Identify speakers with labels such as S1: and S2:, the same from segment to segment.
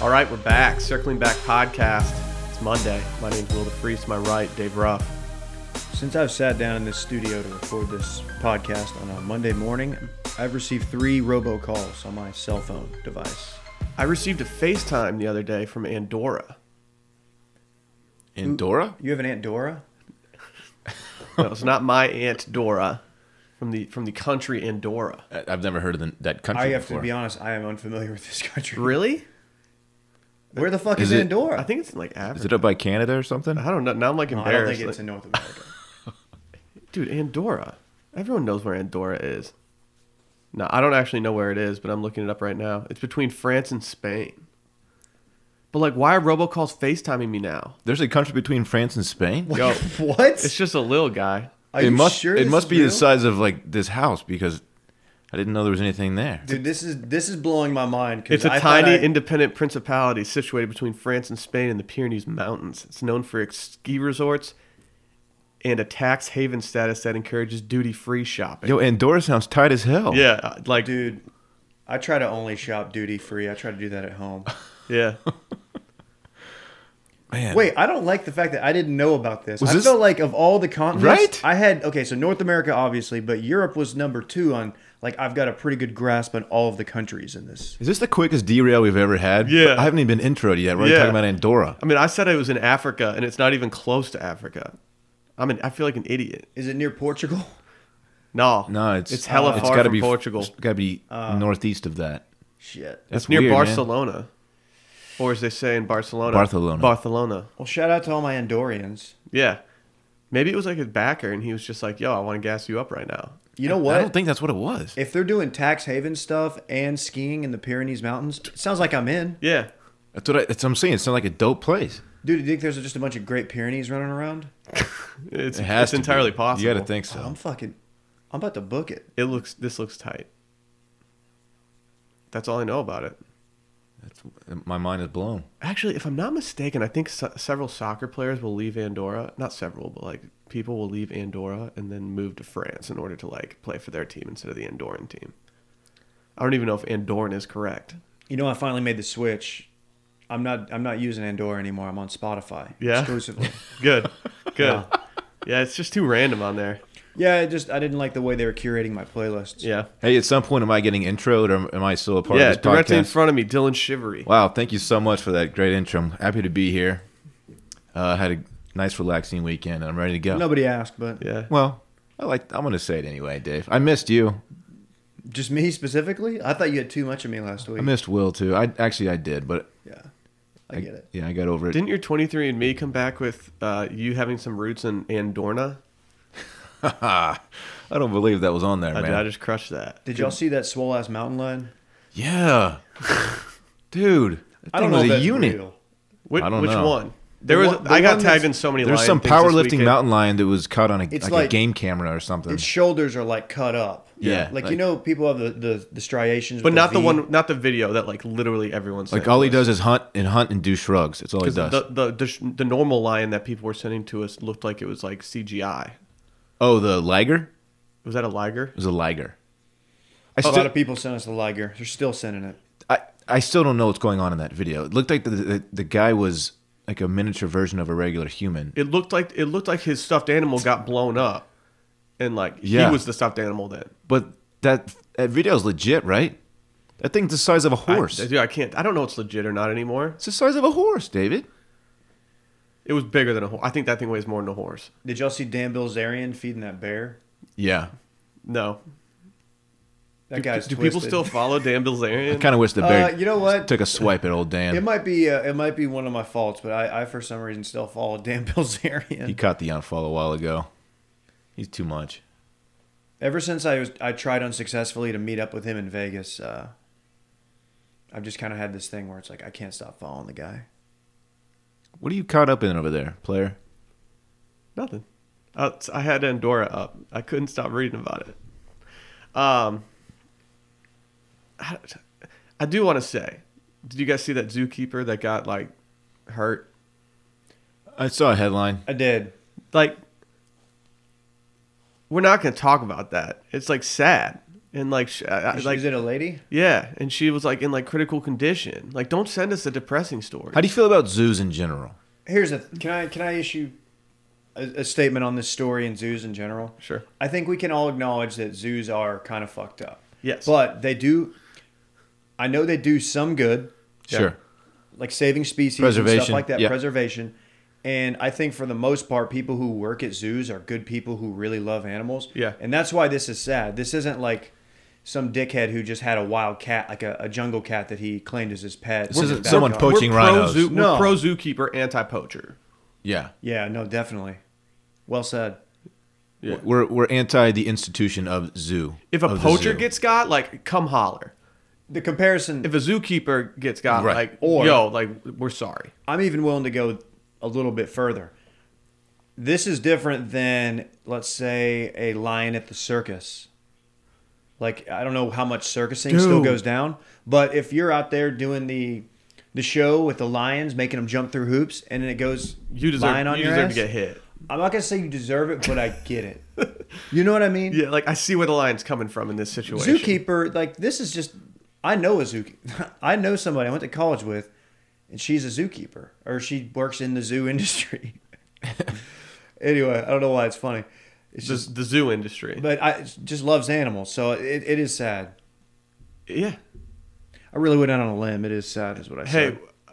S1: All right, we're back. Circling Back podcast. It's Monday. My name's Will DeFreeze. To my right, Dave Ruff.
S2: Since I've sat down in this studio to record this podcast on a Monday morning, I've received three robocalls on my cell phone device.
S1: I received a FaceTime the other day from Andorra.
S3: And Dora?
S2: You have an Aunt Dora?
S1: No, it's not my Aunt Dora from the from the country Andorra.
S3: I- I've never heard of the, that country
S2: I have
S3: before.
S2: to be honest, I am unfamiliar with this country.
S1: Really?
S2: Where the fuck is,
S3: Is it-
S2: Andorra?
S1: I think it's in like
S3: Is
S1: Africa.
S3: it up by Canada or something?
S2: Uh-huh.
S1: I don't know. Now I'm like
S2: No, I don't
S1: embarrassed.
S2: think it's in North America.
S1: Like, dude, Andorra. Everyone knows where Andorra is. No, I don't actually know where it is, but I'm looking it up right now. It's between France and Spain. But like, why are robocalls FaceTiming me now?
S3: There's a country between France and Spain.
S1: Yo, it's
S2: what?
S1: just a little guy.
S2: Are
S3: it
S2: you
S3: must
S2: sure
S3: it
S2: this
S3: must
S2: is
S3: be
S2: real?
S3: the size of like this house because I didn't know there was anything there.
S2: Dude, this is this is blowing my mind. 'cause
S1: It's a
S2: I thought
S1: tiny
S2: I-
S1: independent principality situated between France and Spain in the Pyrenees Mountains. It's known for its ski resorts and a tax haven status that encourages duty-free shopping.
S3: Yo, Andorra sounds tight as hell.
S1: yeah, like
S2: dude. I try to only shop duty free. I try to do that at home.
S1: yeah.
S3: Man.
S2: Wait, I don't like the fact that I didn't know about this.
S3: Was
S2: I
S3: this-
S2: felt like of all the continents,
S3: Right?
S2: I had okay, so North America obviously, but Europe was number two on. Like I've got a pretty good grasp on all of the countries in this.
S3: Is this the quickest derail we've ever had?
S1: Yeah.
S3: I haven't even been introed yet. We're already
S1: Yeah.
S3: talking about Andorra.
S1: I mean, I said I was in Africa, and it's not even close to Africa. I mean, I feel like an idiot.
S2: Is it near Portugal?
S1: No,
S3: No, it's
S1: it's hella
S3: it's
S1: far
S3: gotta
S1: from
S3: be,
S1: Portugal.
S3: It's gotta be
S2: Uh,
S3: northeast of that.
S2: Shit.
S3: That's
S1: near
S3: weird, man.
S1: Barcelona, or as they say in Barcelona,
S3: Barcelona.
S1: Barcelona.
S2: Well, shout out to all my Andorians.
S1: Yeah, maybe it was like his backer, and he was just like, "Yo, I want to gas you up right now."
S2: You know
S3: I
S2: what?
S3: don't think that's what it was.
S2: if they're doing tax haven stuff and skiing in the Pyrenees Mountains, it sounds like I'm in.
S1: Yeah,
S3: That's what, I, that's what I'm saying. It sounds like a dope place.
S2: Dude, do you think there's just a bunch of great Pyrenees running around?
S1: it's
S3: It has
S1: it's
S3: to be.
S1: entirely possible.
S3: You got to think so.
S2: I'm fucking. I'm about to book it.
S1: It looks. This looks tight. That's all I know about it.
S3: That's, my mind is blown.
S1: Actually, if I'm not mistaken, I think so- several soccer players will leave Andorra. Not several, but like people will leave Andorra and then move to France in order to like play for their team instead of the Andorran team. I don't even know if Andorran is correct.
S2: You know, I finally made the switch. I'm not. I'm not using Andorra anymore. I'm on Spotify
S1: Yeah?
S2: exclusively.
S1: Good, good. Yeah. it's just too random on there.
S2: yeah, it just I didn't like the way they were curating my playlists.
S1: Yeah,
S3: Hey, at some point, am I getting introed or am I still a part
S1: yeah.
S3: of this podcast?
S1: Directly in front of me, Dylan Shivery.
S3: Wow, thank you so much for that great intro. I'm happy to be here. Uh, had a nice, relaxing weekend, and I'm ready to go.
S2: Nobody asked, but
S1: Yeah,
S3: Well, I like. I'm gonna say it anyway, Dave. I missed you.
S2: just me specifically. I thought you had too much of me last week.
S3: I missed Will too. I actually I did, but
S2: yeah, I get it.
S3: Yeah, I got over it.
S1: didn't your 23andMe come back with uh, you having some roots in Andorna?
S3: I don't believe that was on there,
S1: I,
S3: man.
S1: I just crushed that.
S2: Did y'all see that swole ass mountain lion?
S3: Yeah, dude. That
S2: I don't
S3: thing
S2: know.
S3: was
S2: if
S3: a
S2: that's
S3: unit.
S2: real.
S1: Which,
S3: I don't
S1: which
S3: know.
S1: one? There
S2: The
S1: was.
S2: one- the
S1: I
S2: one
S1: got tagged
S2: that's-
S1: in so many.
S3: There's
S1: lion
S3: some
S1: things this
S3: powerlifting
S1: weekend.
S3: mountain lion that was caught on a,
S2: It's
S3: like a
S2: like-
S3: game camera or something.
S2: Its shoulders are like cut up.
S3: Yeah,
S2: like, you
S3: like-
S2: know, people have the the, the striations,
S1: But
S2: with
S1: not the
S2: V.
S1: one, not the video that like literally everyone's
S3: Like all he does is hunt and hunt and do shrugs. That's all he
S1: Because
S3: does.
S1: the, the the sh- the normal lion that people were sending to us looked like it was like CGI.
S3: oh, the liger
S1: Was that a liger?
S3: It was a liger. I
S2: A
S3: still,
S2: lot of people sent us the liger. They're still sending it.
S3: I, I still don't know what's going on in that video. It looked like the, the the guy was like a miniature version of a regular human.
S1: It looked like it looked like his stuffed animal got blown up, and like
S3: Yeah.
S1: he was the stuffed animal then.
S3: But that that video is legit, right? That thing's the size of a horse.
S1: I, dude, I can't. I don't know if it's legit or not anymore.
S3: it's the size of a horse, David.
S1: It was bigger than a horse. I think that thing weighs more than a horse.
S2: Did y'all see Dan Bilzerian feeding that bear?
S3: Yeah.
S1: No.
S2: That
S1: Do,
S2: guy's.
S1: do people
S2: twisted.
S1: still follow Dan
S3: I
S1: Bilzerian?
S3: kind of wish the bear
S2: Uh, you know what?
S3: took a swipe at old Dan.
S2: It might be uh, it might be one of my faults, but I, I for some reason still follow Dan Bilzerian.
S3: he caught the unfollow a while ago. He's too much.
S2: Ever since I was I tried unsuccessfully to meet up with him in Vegas, uh, I've just kind of had this thing where it's like I can't stop following the guy.
S3: What are you caught up in over there, player?
S1: Nothing. Uh, so I had Andorra up. I couldn't stop reading about it. Um, I, I do want to say, did you guys see that zookeeper that got like hurt?
S3: I saw a headline.
S2: I did.
S1: Like, we're not going to talk about that. It's like sad. and like sh- I, I-
S2: Is,
S1: like
S2: is it a lady?
S1: yeah, and she was like in like critical condition. Like, don't send us a depressing story.
S3: How do you feel about zoos in general?
S2: Here's a can I can I issue a, a statement on this story and zoos in general?
S1: Sure.
S2: I think we can all acknowledge that zoos are kind of fucked up.
S1: Yes.
S2: But they do. I know they do some good.
S3: Sure.
S2: like saving species and
S3: Preservation,
S2: stuff like that,
S3: yeah.
S2: preservation. And I think for the most part, people who work at zoos are good people who really love animals.
S1: Yeah.
S2: And that's why this is sad. This isn't like some dickhead who just had a wild cat, like a, a jungle cat that he claimed as his pet.
S3: This
S2: in his
S3: isn't someone
S2: backyard.
S3: po- poaching
S1: we're pro
S3: rhinos.
S1: Zoo,
S2: No.
S1: We're pro zookeeper, anti poacher.
S3: Yeah.
S2: Yeah, no, definitely. Well said.
S1: Yeah.
S3: We're we're anti the institution of zoo.
S1: If a
S3: of Oh, the
S1: poacher
S3: zoo.
S1: gets got, like, come holler.
S2: The comparison,
S1: If a zookeeper gets got,
S3: Right.
S1: like,
S2: Or-
S1: yo, like, we're sorry.
S2: I'm even willing to go a little bit further. This is different than, let's say, a lion at the circus. Like I don't know how much circusing still
S1: Dude.
S2: goes down, but if you're out there doing the the show with the lions, making them jump through hoops, and then it goes
S1: You deserve,
S2: lion on
S1: you
S2: your
S1: deserve
S2: ass,
S1: to get hit.
S2: I'm not gonna say you deserve it, but I get it. you know what I mean?
S1: Yeah, like, I see where the lion's coming from in this situation.
S2: zookeeper like this is just i know a zookeeper i know somebody i went to college with and she's a zookeeper or she works in the zoo industry anyway i don't know why it's funny it's
S1: The,
S2: just
S1: the zoo industry.
S2: but i just loves animals so it, it is sad
S1: Yeah.
S2: i really went out on a limb it is sad is what i
S1: Hey,
S2: said
S1: uh,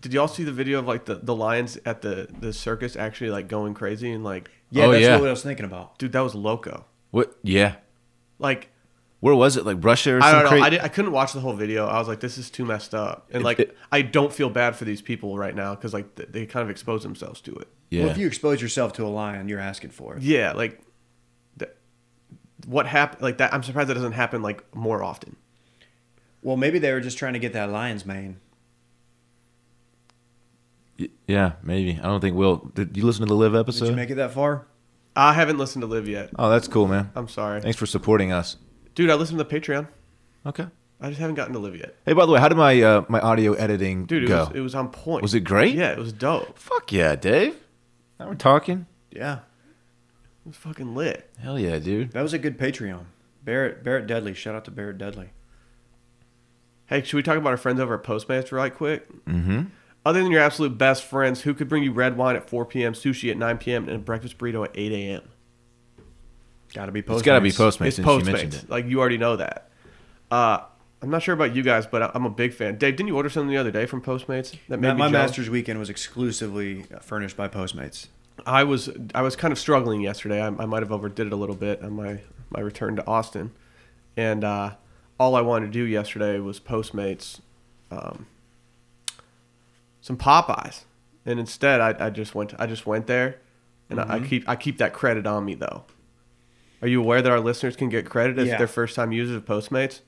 S1: did y'all see the video of like the, the lions at the, the circus actually like going crazy and like,
S2: yeah
S3: Oh,
S2: that's
S3: yeah.
S2: what i was thinking about
S1: dude, that was loco.
S3: what? Yeah.
S1: Like,
S3: Where was it? Like Russia or
S1: I
S3: some
S1: don't know.
S3: cra-
S1: I, did, I couldn't watch the whole video. I was like, this is too messed up. And like,
S3: it-
S1: I don't feel bad for these people right now because like th- they kind of expose themselves to it.
S3: Yeah.
S2: well if you expose yourself to a lion you're asking for it
S1: Yeah, like th- what happened? Like that. I'm surprised that doesn't happen like more often.
S2: well maybe they were just trying to get that lion's mane
S3: Y- yeah. Maybe. I don't think Will. Did you listen to the live
S2: did you
S3: episode?
S2: make it that far
S1: I haven't listened to Live yet.
S3: oh, that's cool, man.
S1: I'm sorry,
S3: Thanks for supporting us.
S1: dude. I listened to the Patreon.
S3: Okay.
S1: I just haven't gotten to Live yet,
S3: Hey, by the way, how did my uh, my audio editing
S1: dude. It
S3: go?
S1: was it was on point.
S3: Was it great?
S1: Yeah, it was dope.
S3: Fuck yeah, Dave. Now we're talking.
S2: yeah
S1: It was fucking lit.
S3: Hell yeah, dude.
S2: that was a good patreon barrett barrett dudley shout out to barrett dudley
S1: Hey, should we talk about our friends over at Postmaster right quick?
S3: Mm-hmm.
S1: Other than your absolute best friends, who could bring you red wine at 4 p.m., sushi at 9 p.m., and a breakfast burrito at 8 a.m.?
S2: gotta be postmates.
S3: It's got to be Postmates
S1: It's
S3: since you mentioned it.
S1: Postmates. Like you already know that. Uh, I'm not sure about you guys, but I- I'm a big fan. Dave, didn't you order something the other day from Postmates that made
S2: My,
S1: me
S2: my
S1: jealous?
S2: master's weekend was exclusively furnished by Postmates.
S1: I was I was kind of struggling yesterday. I, I might have overdid it a little bit on my my return to Austin, and uh, all I wanted to do yesterday was Postmates, um, some Popeyes, and instead I, I just went I just went there, and I, I keep I keep that credit on me though. Are you aware that our listeners can get credit if
S2: Yeah.
S1: they're first time users of Postmates?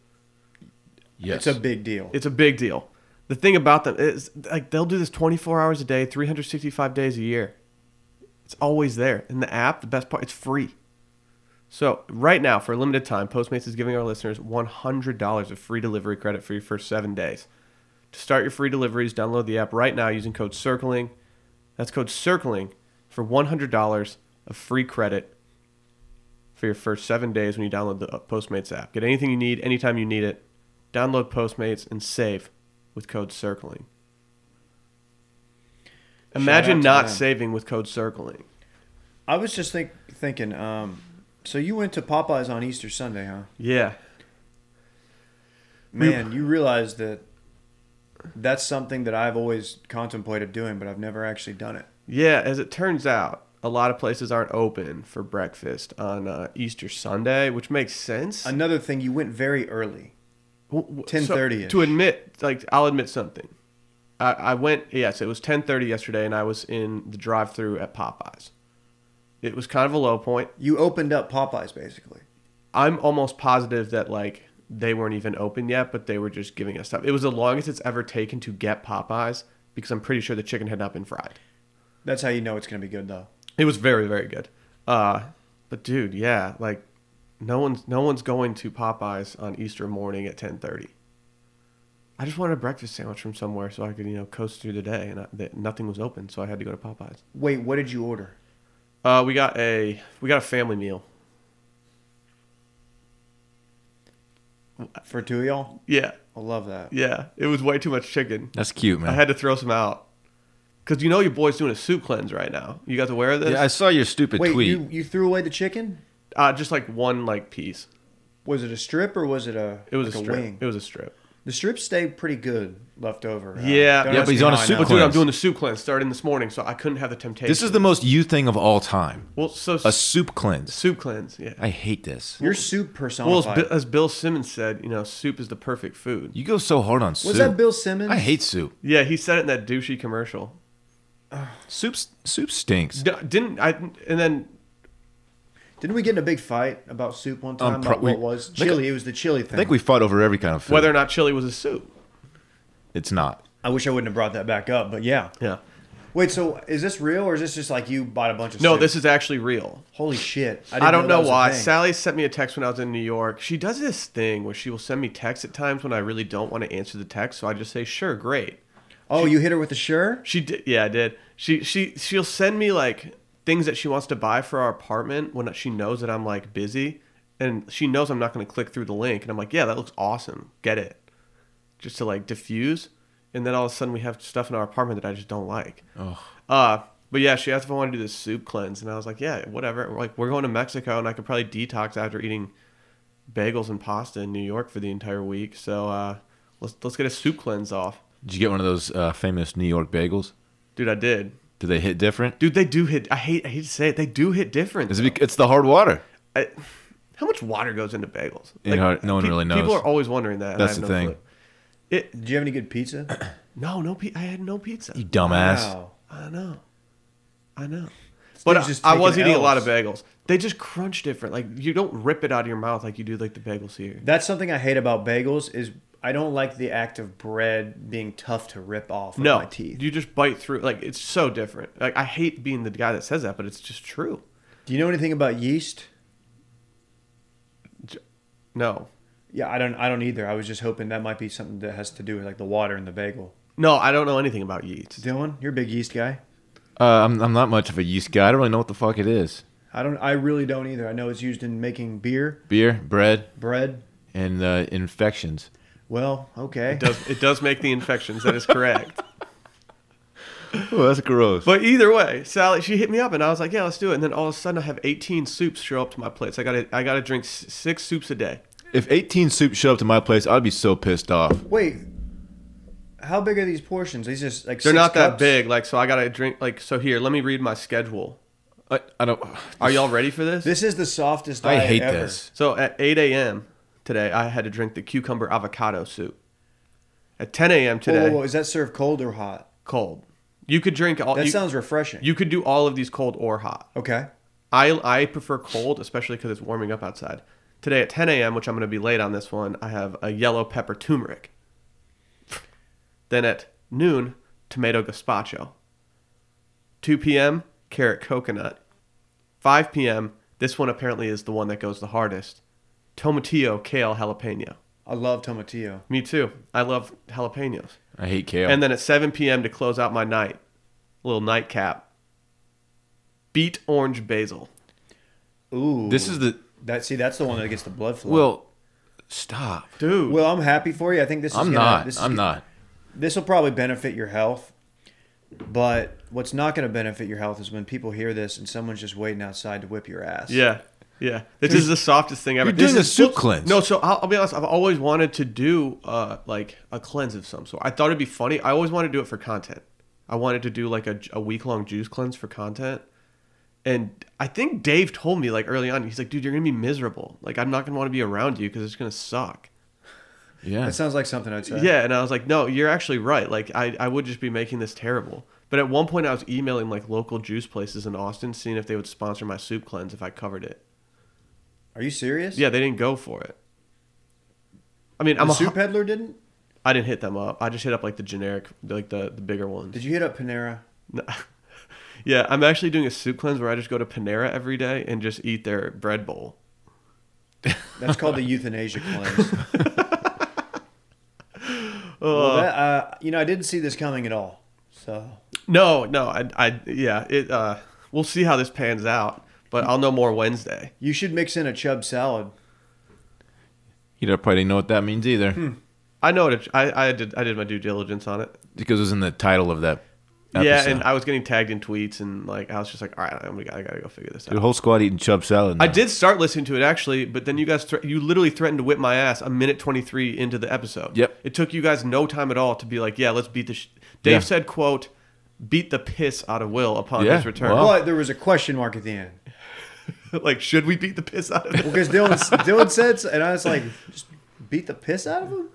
S3: Yes.
S2: It's a big deal.
S1: It's a big deal. The thing about them is like they'll do this 24 hours a day, 365 days a year. It's always there in the app. The best part, it's free. So right now, for a limited time, Postmates is giving our listeners $100 of free delivery credit for your first seven days. To start your free deliveries, download the app right now using code CIRCLING. That's code CIRCLING for $100 of free credit for your first seven days when you download the Postmates app. Get anything you need anytime you need it. Download Postmates and save with code CIRCLING.
S2: Shout out
S1: Imagine
S2: to
S1: not
S2: them.
S1: saving with code CIRCLING.
S2: I was just think, thinking. Um, so you went to Popeyes on Easter Sunday, huh?
S1: Yeah. We-
S2: Man, you realize that that's something that I've always contemplated doing, but I've never actually done it.
S1: Yeah, as it turns out, a lot of places aren't open for breakfast on uh, Easter Sunday, which makes sense.
S2: Another thing, you went very early.
S1: W- w-
S2: 10:30 -ish.
S1: to admit like i'll admit something i, I went yes it was 10.30 yesterday and i was in the drive-through at popeyes it was kind of a low point
S2: You opened up Popeyes basically.
S1: i'm almost positive that like they weren't even open yet but they were just giving us stuff it was the longest it's ever taken to get popeyes because i'm pretty sure the chicken had not been fried
S2: That's how you know it's going to be good, though.
S1: it was very very good uh, but dude yeah like no one's no one's going to popeyes on easter morning at 10.30 i just wanted a breakfast sandwich from somewhere so i could you know coast through the day and I, that nothing was open so i had to go to popeyes
S2: Wait, what did you order?
S1: uh, we got a we got a family meal
S2: for two of y'all.
S1: Yeah,
S2: I love that.
S1: yeah. It was way too much chicken.
S3: That's cute, man.
S1: I had to throw some out because you know your boy's doing a soup cleanse right now. You guys aware of this?
S3: yeah, I saw your stupid
S2: Wait,
S3: tweet.
S2: you you threw away the chicken?
S1: uh, just like one like piece.
S2: Was it a strip or was it a
S1: It was
S2: like
S1: a strip.
S2: wing?
S1: It was a strip.
S2: The strips stay pretty good left over. Uh,
S1: Yeah.
S2: don't
S1: Yeah,
S2: ask
S3: but he's
S2: me
S3: on a
S2: how I
S3: super
S2: know.
S1: But dude, I'm
S3: cleanse.
S1: doing the soup cleanse starting this morning, so I couldn't have the temptation.
S3: this is the most you thing of all time.
S1: well, so
S3: A soup cleanse.
S1: soup cleanse. Yeah.
S3: I hate this.
S2: You're soup
S1: Well,
S2: personified.
S1: as, Bi- as Bill Simmons said, you know, soup is the perfect food.
S3: You go so hard on soup.
S2: was that Bill Simmons?
S3: I hate soup.
S1: Yeah, he said it in that douchey commercial.
S3: Soup soup stinks.
S1: D- didn't I? And then
S2: Didn't we get in a big fight about soup one time?
S3: Um, pro-
S2: about
S3: we-
S2: what was
S3: I think-
S2: chili? It was the chili thing.
S3: I think we fought over every kind of food.
S1: whether or not chili was a soup.
S3: it's not.
S2: I wish I wouldn't have brought that back up, but yeah.
S1: Yeah.
S2: Wait, so is this real or is this just like you bought a bunch of?
S1: No,
S2: soup?
S1: this is actually real.
S2: Holy shit!
S1: I don't know,
S2: that was a
S1: why.
S2: thing.
S1: Sally sent me a text when I was in New York. She does this thing where she will send me texts at times when I really don't want to answer the text, so I just say, "Sure, great."
S2: oh, you hit her with a sure?
S1: She did. Yeah, I did. She she she'll send me like things that she wants to buy for our apartment when she knows that I'm like busy, and she knows I'm not going to click through the link, and I'm like, yeah, that looks awesome. Get it, just to like diffuse, and then all of a sudden we have stuff in our apartment that I just don't like.
S3: Ugh.
S1: Uh, but yeah, she asked if I want to do this soup cleanse, and I was like, yeah, whatever. We're like we're going to Mexico, and I could probably detox after eating bagels and pasta in New York for the entire week. So uh, let's let's get a soup cleanse off,
S3: Did you get one of those uh, famous New York bagels?
S1: dude. I did.
S3: Do they hit different?
S1: Dude, they do hit. I hate. I hate to say it. They do hit different.
S3: Is
S1: though.
S3: it bec- it's the hard water.
S1: I, how much water goes into bagels?
S3: You know, no one really knows.
S1: People are always wondering that. and I
S3: That's
S1: have
S3: the
S1: no
S3: thing.
S1: clue. It
S2: Did you have any good pizza?
S1: no no. Pe- I had no pizza.
S3: You dumbass.
S2: Wow.
S1: I know. I know. But
S2: just
S1: I, I was
S2: taking
S1: eating a lot of
S2: Ls.
S1: bagels. They just crunch different. Like you don't rip it out of your mouth like you do like the bagels here.
S2: That's something I hate about bagels is I don't like the act of bread being tough to rip off with
S1: No,
S2: my teeth.
S1: you just bite through. Like it's so different. Like I hate being the guy that says that, but it's just true.
S2: Do you know anything about yeast?
S1: No,
S2: Yeah, I don't. I don't either. I was just hoping that might be something that has to do with like the water in the bagel.
S1: no, I don't know anything about yeast.
S2: Dylan, you're a big yeast guy.
S3: Uh, I'm I'm not much of a yeast guy. I don't really know what the fuck it is.
S2: I don't. I really don't either. I know it's used in making beer,
S3: Beer, bread,
S2: bread.
S3: and uh, infections.
S2: Well, okay.
S1: It does it does make the infections? That is correct.
S3: Oh, that's gross.
S1: But either way, Sally, she hit me up and I was like, "Yeah, let's do it." And then all of a sudden, I have 18 soups show up to my plates. I got to I got to drink s- six soups a day.
S3: if 18 soup showed up to my place, I'd be so pissed off.
S2: Wait, how big are these portions? These just like
S1: They're
S2: six
S1: not that
S2: cups?
S1: big, like so. I got to drink like so. Here, let me read my schedule.
S3: I, I don't.
S1: Are y'all ready for this?
S2: This is the softest.
S3: I
S2: diet
S3: hate
S2: ever.
S3: this.
S1: so at 8 a.m. today, I had to drink the cucumber avocado soup. At 10 a.m.
S2: Whoa, whoa,
S1: today,
S2: whoa, Oh, Is that served cold or hot?
S1: cold. You could drink all.
S2: That
S1: you,
S2: sounds refreshing.
S1: You could do all of these cold or hot.
S2: okay.
S1: I I prefer cold, especially because it's warming up outside. Today at 10 a.m., which I'm going to be late on this one, I have a yellow pepper turmeric. Then at noon, tomato gazpacho. 2 p.m., carrot coconut. 5 p.m., this one apparently is the one that goes the hardest. Tomatillo kale jalapeno.
S2: I love tomatillo.
S1: Me too. I love jalapenos.
S3: I hate kale.
S1: And then at 7 p.m. to close out my night, a little nightcap. Beet orange basil.
S2: Ooh.
S3: this is the
S2: that. See, that's the one that gets the blood flow.
S3: well. Stop.
S1: Dude.
S2: Well, I'm happy for you. I think this is.
S3: I'm
S2: gonna,
S3: not.
S2: This is,
S3: I'm not.
S2: This will probably benefit your health. But what's not going to benefit your health is when people hear this and someone's just waiting outside to whip your ass.
S1: Yeah, yeah. This is the softest thing ever.
S3: You're doing
S1: This is-
S3: a soup cleanse.
S1: No, so I'll, I'll be honest. I've always wanted to do uh, like a cleanse of some sort. I thought it'd be funny. I always wanted to do it for content. I wanted to do like a, week long juice cleanse for content. And I think Dave told me like early on. He's like, "Dude, you're gonna be miserable. Like, I'm not gonna want to be around you because it's gonna suck."
S3: Yeah.
S2: That sounds like something I'd say.
S1: Yeah, and I was like, no, you're actually right. Like, I, I would just be making this terrible. But at one point, I was emailing like local juice places in Austin, seeing if they would sponsor my soup cleanse if I covered it.
S2: Are you serious?
S1: Yeah, they didn't go for it. I mean, I'm
S2: the
S1: a,
S2: soup peddler didn't.
S1: I didn't hit them up. I just hit up like the generic, like the the bigger ones.
S2: Did you hit up Panera?
S1: No. yeah, I'm actually doing a soup cleanse where I just go to Panera every day and just eat their bread bowl.
S2: That's called the euthanasia cleanse. well, that, uh, you know, I didn't see this coming at all. So
S1: No, no, I, I yeah, it. Uh, we'll see how this pans out, but I'll know more Wednesday.
S2: you should mix in a chub salad.
S3: you You know, probably didn't know what that means either,
S2: Hmm.
S1: I know it. I, I did. I did my due diligence on it.
S3: because it was in the title of that. Episode.
S1: Yeah, and I was getting tagged in tweets, and like I was just like, all right, I'm, I gotta, I gotta go figure this
S3: the
S1: out.
S3: whole squad eating chub salad.
S1: I
S3: now.
S1: did start listening to it actually, but then you guys, thre- you literally threatened to whip my ass a minute 23 into the episode.
S3: Yep.
S1: It took you guys no time at all to be like, yeah, let's beat the. Sh-. Dave
S3: Yeah.
S1: said, "quote Beat the piss out of Will upon
S3: Yeah,
S1: his return.
S3: wow.
S2: But there was a question mark at the end
S1: like, should we beat the piss out of it?
S2: because Dylan Dylan said, so- and I was like, just beat the piss out of him.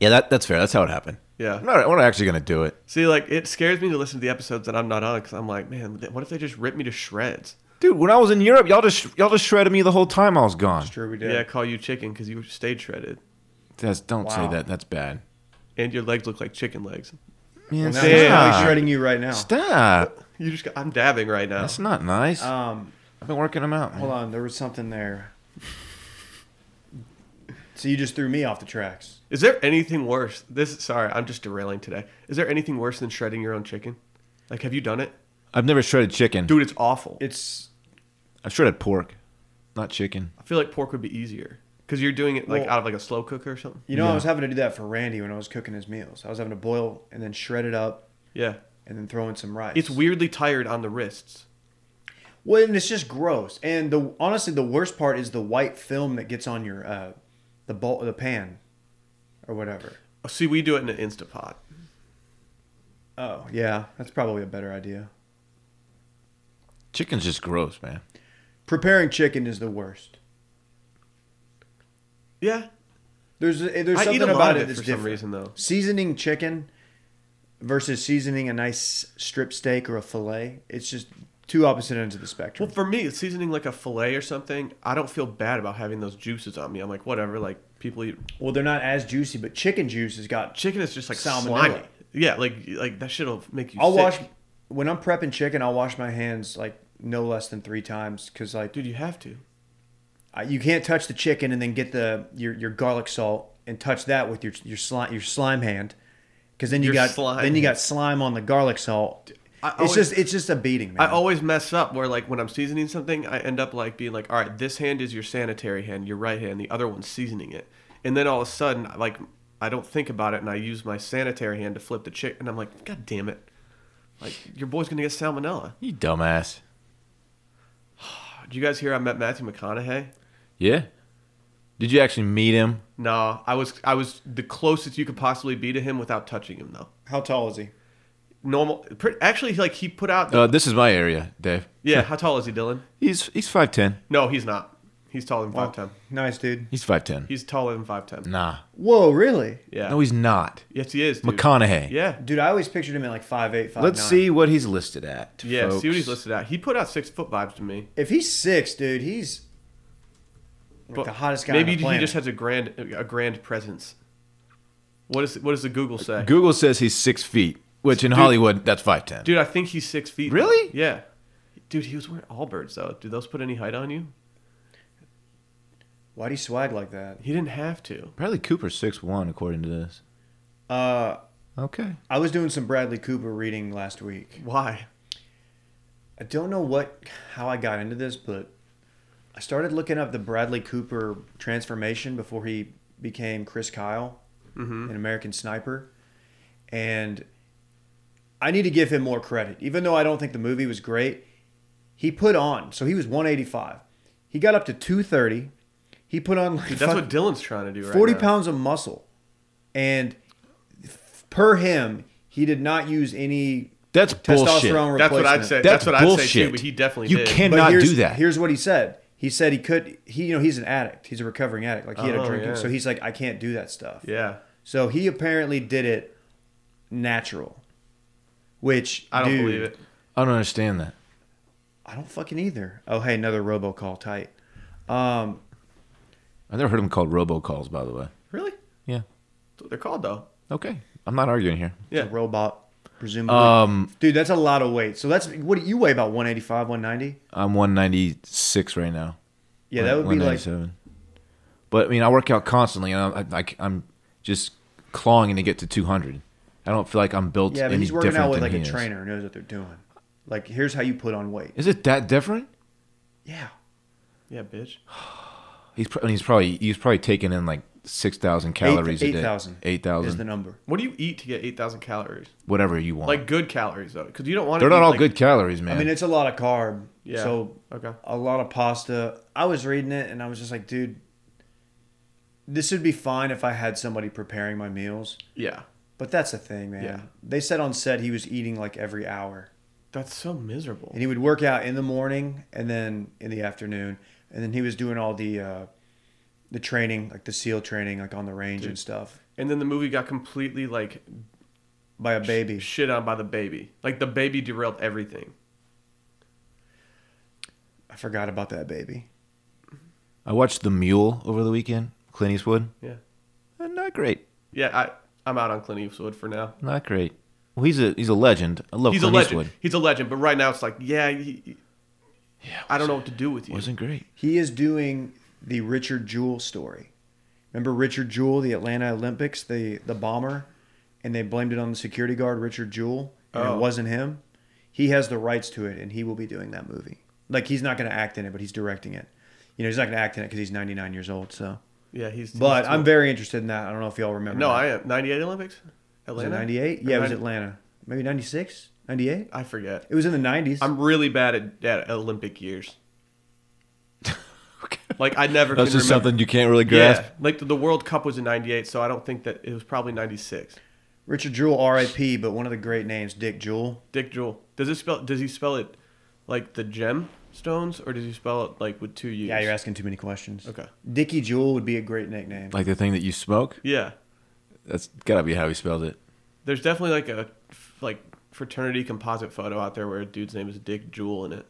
S3: Yeah, that, that's fair. That's how it happened.
S1: Yeah.
S3: I'm not, we're not actually gonna do it,
S1: See, like, it scares me to listen to the episodes that I'm not on because I'm like, man, th- what if they just rip me to shreds?
S3: dude. When I was in Europe, y'all just y'all just shredded me the whole time I was gone.
S2: Sure, we
S1: Yeah,
S2: did.
S1: call you chicken because you stayed shredded
S3: That's, don't say
S2: Wow.
S3: that. That's bad.
S1: and your legs look like chicken legs.
S2: Well,
S3: Man,
S2: now he's probably
S3: stop.
S2: shredding you right now.
S3: Stop.
S1: You just, got, I'm dabbing right now.
S3: That's not nice.
S2: Um,
S3: I've been working them out. man.
S2: hold on, there was something there. So you just threw me off the tracks.
S1: Is there anything worse? This, sorry, I'm just derailing today. Is there anything worse than shredding your own chicken? Like, have you done it,
S3: I've never shredded chicken.
S1: dude? It's awful.
S2: It's
S3: I've shredded pork, not chicken.
S1: I feel like pork would be easier because you're doing it like
S2: Well-
S1: out of like a slow cooker or something.
S2: you know
S3: Yeah.
S2: I was having to do that for Randy when I was cooking his meals. I was having to boil and then shred it up
S1: Yeah,
S2: and then throw in some rice.
S1: it's weirdly tired on the wrists.
S2: Well, and it's just gross. And the honestly, the worst part is the white film that gets on your uh, the bowl, the pan, or whatever.
S1: See, we do it in an Instapot.
S2: Oh, yeah, that's probably a better idea.
S3: Chicken's just gross, man.
S2: Preparing chicken is the worst.
S1: Yeah,
S2: There's there's
S1: I
S2: something
S1: eat a lot
S2: about
S1: of
S2: it,
S1: it
S2: that's
S1: for some
S2: different.
S1: reason, though.
S2: Seasoning chicken versus seasoning a nice strip steak or a fillet, it's just two opposite ends of the spectrum.
S1: Well, for me, it's seasoning like a fillet or something, I don't feel bad about having those juices on me. I'm like, whatever. Like people eat
S2: Well, they're not as juicy, but chicken juice has got
S1: chicken is just like
S2: Salmonella.
S1: slimy. Yeah, like like that shit'll make you.
S2: I'll
S1: sick.
S2: wash when I'm prepping chicken. I'll wash my hands like no less than three times because like
S1: dude. You have to.
S2: I- you can't touch the chicken and then get the your, your garlic salt and touch that with your your slime your slime hand because then you
S1: Your
S2: got
S1: slime
S2: then you
S1: hand.
S2: got slime on the garlic salt.
S1: I
S2: it's
S1: always-
S2: just it's just a beating,
S1: I
S2: man.
S1: always mess up where like when I'm seasoning something, I end up like being like, all right, this hand is your sanitary hand, your right hand, the other one's seasoning it, and then all of a sudden, like I don't think about it, and I use my sanitary hand to flip the chicken, and I'm like, god damn it, like your boy's gonna get salmonella.
S3: You dumbass.
S1: Did you guys hear I met Matthew McConaughey?
S3: Yeah. Did you actually meet him?
S1: No, I was I was the closest you could possibly be to him without touching him though.
S2: How tall is he?
S1: Normal, pre- actually, like he put out. The,
S3: Uh, this is my area, Dave.
S1: yeah, how tall is he, Dylan?
S3: He's he's five ten.
S1: No, he's not. He's taller than
S2: Wow.
S1: five ten.
S2: Nice dude.
S3: He's five ten.
S1: He's taller than five ten.
S3: Nah.
S2: Whoa, really?
S1: Yeah.
S3: Mm. No, he's not.
S1: yes, he is. Dude.
S3: McConaughey.
S1: Yeah.
S2: Dude, I always pictured him at like five eight, five.
S3: Let's see what he's listed at.
S1: Yeah.
S3: folks.
S1: See what he's listed at. He put out six foot vibes to me.
S2: If he's six, dude, he's like
S1: But
S2: the hottest guy.
S1: Maybe
S2: on the
S1: he
S2: planet.
S1: just has a grand a grand presence. What is what does the Google say?
S3: Google says he's six feet, which in Hollywood that's five ten.
S1: Dude, I think he's six feet. though.
S3: Really?
S1: Yeah. Dude, he was wearing Allbirds though. Do those put any height on you?
S2: Why'd he swag like that?
S1: He didn't have to.
S3: Bradley Cooper's six one according to this.
S2: Uh,
S3: Okay.
S2: I was doing some Bradley Cooper reading last week.
S1: Why?
S2: I don't know what how I got into this, but I started looking up the Bradley Cooper transformation before he became Chris Kyle,
S1: Mhm.
S2: an American Sniper, and I need to give him more credit, even though I don't think the movie was great. He put on, so he was 185. He got up to 230. He put on like
S1: Dude, that's
S2: fuck-
S1: what Dylan's trying to do right
S2: 40
S1: now.
S2: pounds of muscle, and f- per him, he did not use any
S3: That's bullshit.
S2: testosterone replacement.
S1: That's what I'd say.
S3: That's
S1: That's, what I'd say
S3: bullshit.
S1: too. But he definitely
S3: You
S1: did.
S3: can't-
S2: But
S3: not
S2: here's-
S3: do that.
S2: Here's what he said. He said he could. He, you know, he's an addict. He's a recovering addict. Like he had
S1: Oh,
S2: a drinking,
S1: yeah.
S2: so he's like, I can't do that stuff.
S1: Yeah.
S2: So he apparently did it natural, which
S1: I don't
S2: dude,
S1: believe it.
S3: I don't understand that.
S2: I don't fucking either. Oh hey, another robocall tight. Um,
S3: I've never heard him called robocalls, by the way.
S1: Really?
S3: Yeah.
S1: That's what they're called though.
S3: Okay. I'm not arguing here.
S2: it's
S1: Yeah.
S2: a robot, presumably.
S3: Um,
S2: dude, that's a lot of weight. So that's what do you weigh about 185, 190?
S3: I'm 196 right now.
S2: Yeah, that would be like
S3: 197. But I mean, I work out constantly, and I'm like I'm just clawing to get to 200. I don't feel like I'm built.
S2: yeah, but
S3: any
S2: he's working
S3: different
S2: out with
S3: than
S2: like a
S3: he is.
S2: trainer who knows what they're doing. Like here's how you put on weight.
S3: Is it that different?
S2: Yeah.
S1: Yeah, bitch.
S3: He's pr- he's probably he's probably taking in like six thousand calories a day.
S2: 8,000 is
S3: Eight
S2: the
S3: thousand,
S2: number.
S1: What do you eat to get 8,000 calories?
S3: whatever you want.
S1: Like good calories though, because you don't want.
S3: they're not all
S1: like,
S3: good calories, man.
S2: I mean, it's a lot of carb.
S1: Yeah.
S2: So
S1: Okay.
S2: a lot of pasta. I was reading it and I was just like, dude, this would be fine if I had somebody preparing my meals.
S1: Yeah,
S2: But that's the thing, man.
S1: Yeah.
S2: They said on set he was eating like every hour.
S1: that's so miserable.
S2: And he would work out in the morning and then in the afternoon. And then he was doing all the uh, the training, like the SEAL training, like on the range and stuff
S1: And then the movie got completely like
S2: by a baby.
S1: shit on by the baby. Like the baby derailed everything.
S2: I forgot about that baby.
S3: I watched The Mule over the weekend. Clint Eastwood.
S1: Yeah,
S3: Uh, Not great.
S1: yeah. I I'm out on Clint Eastwood for now.
S3: Not great. Well, he's a he's a legend. I love
S1: He's
S3: Oh, Clint
S1: a legend.
S3: Eastwood.
S1: He's a legend. But right now it's like, yeah, he, he-
S3: Yeah,
S1: I don't know what to do with you.
S3: Wasn't great.
S2: He is doing the Richard Jewell story. Remember Richard Jewell, the Atlanta Olympics, the the bomber, and they blamed it on the security guard Richard Jewell, and
S1: Oh.
S2: it wasn't him. He has the rights to it, and he will be doing that movie. Like he's not going to act in it, but he's directing it. You know, he's not going to act in it because he's 99 years old. So,
S1: Yeah, he's.
S2: but
S1: he's
S2: I'm
S1: too-
S2: very interested in that. I don't know if y'all remember.
S1: No,
S2: that.
S1: I am. 98 Olympics,
S2: was it
S1: Atlanta.
S2: 98.
S1: Or
S2: Yeah, it was
S1: 90
S2: Atlanta. Maybe 96, 98.
S1: I forget.
S2: It was in the 90s.
S1: I'm really bad at, at Olympic years. Like I never.
S3: That's
S1: can
S3: just
S1: remember.
S3: something you can't really grasp.
S1: Yeah, like the, the World Cup was in '98, so I don't think that it was probably '96.
S2: Richard Jewell, R.I.P. But one of the great names, Dick Jewell.
S1: Dick Jewell. Does it spell? Does he spell it like the gemstones, or does he spell it like with two U's?
S2: Yeah, you're asking too many questions.
S1: Okay.
S2: Dickie Jewel would be a great nickname.
S3: Like the thing that you smoke.
S1: Yeah,
S3: That's gotta be how he spelled it.
S1: there's definitely like a f- like fraternity composite photo out there where a dude's name is Dick Jewell in it.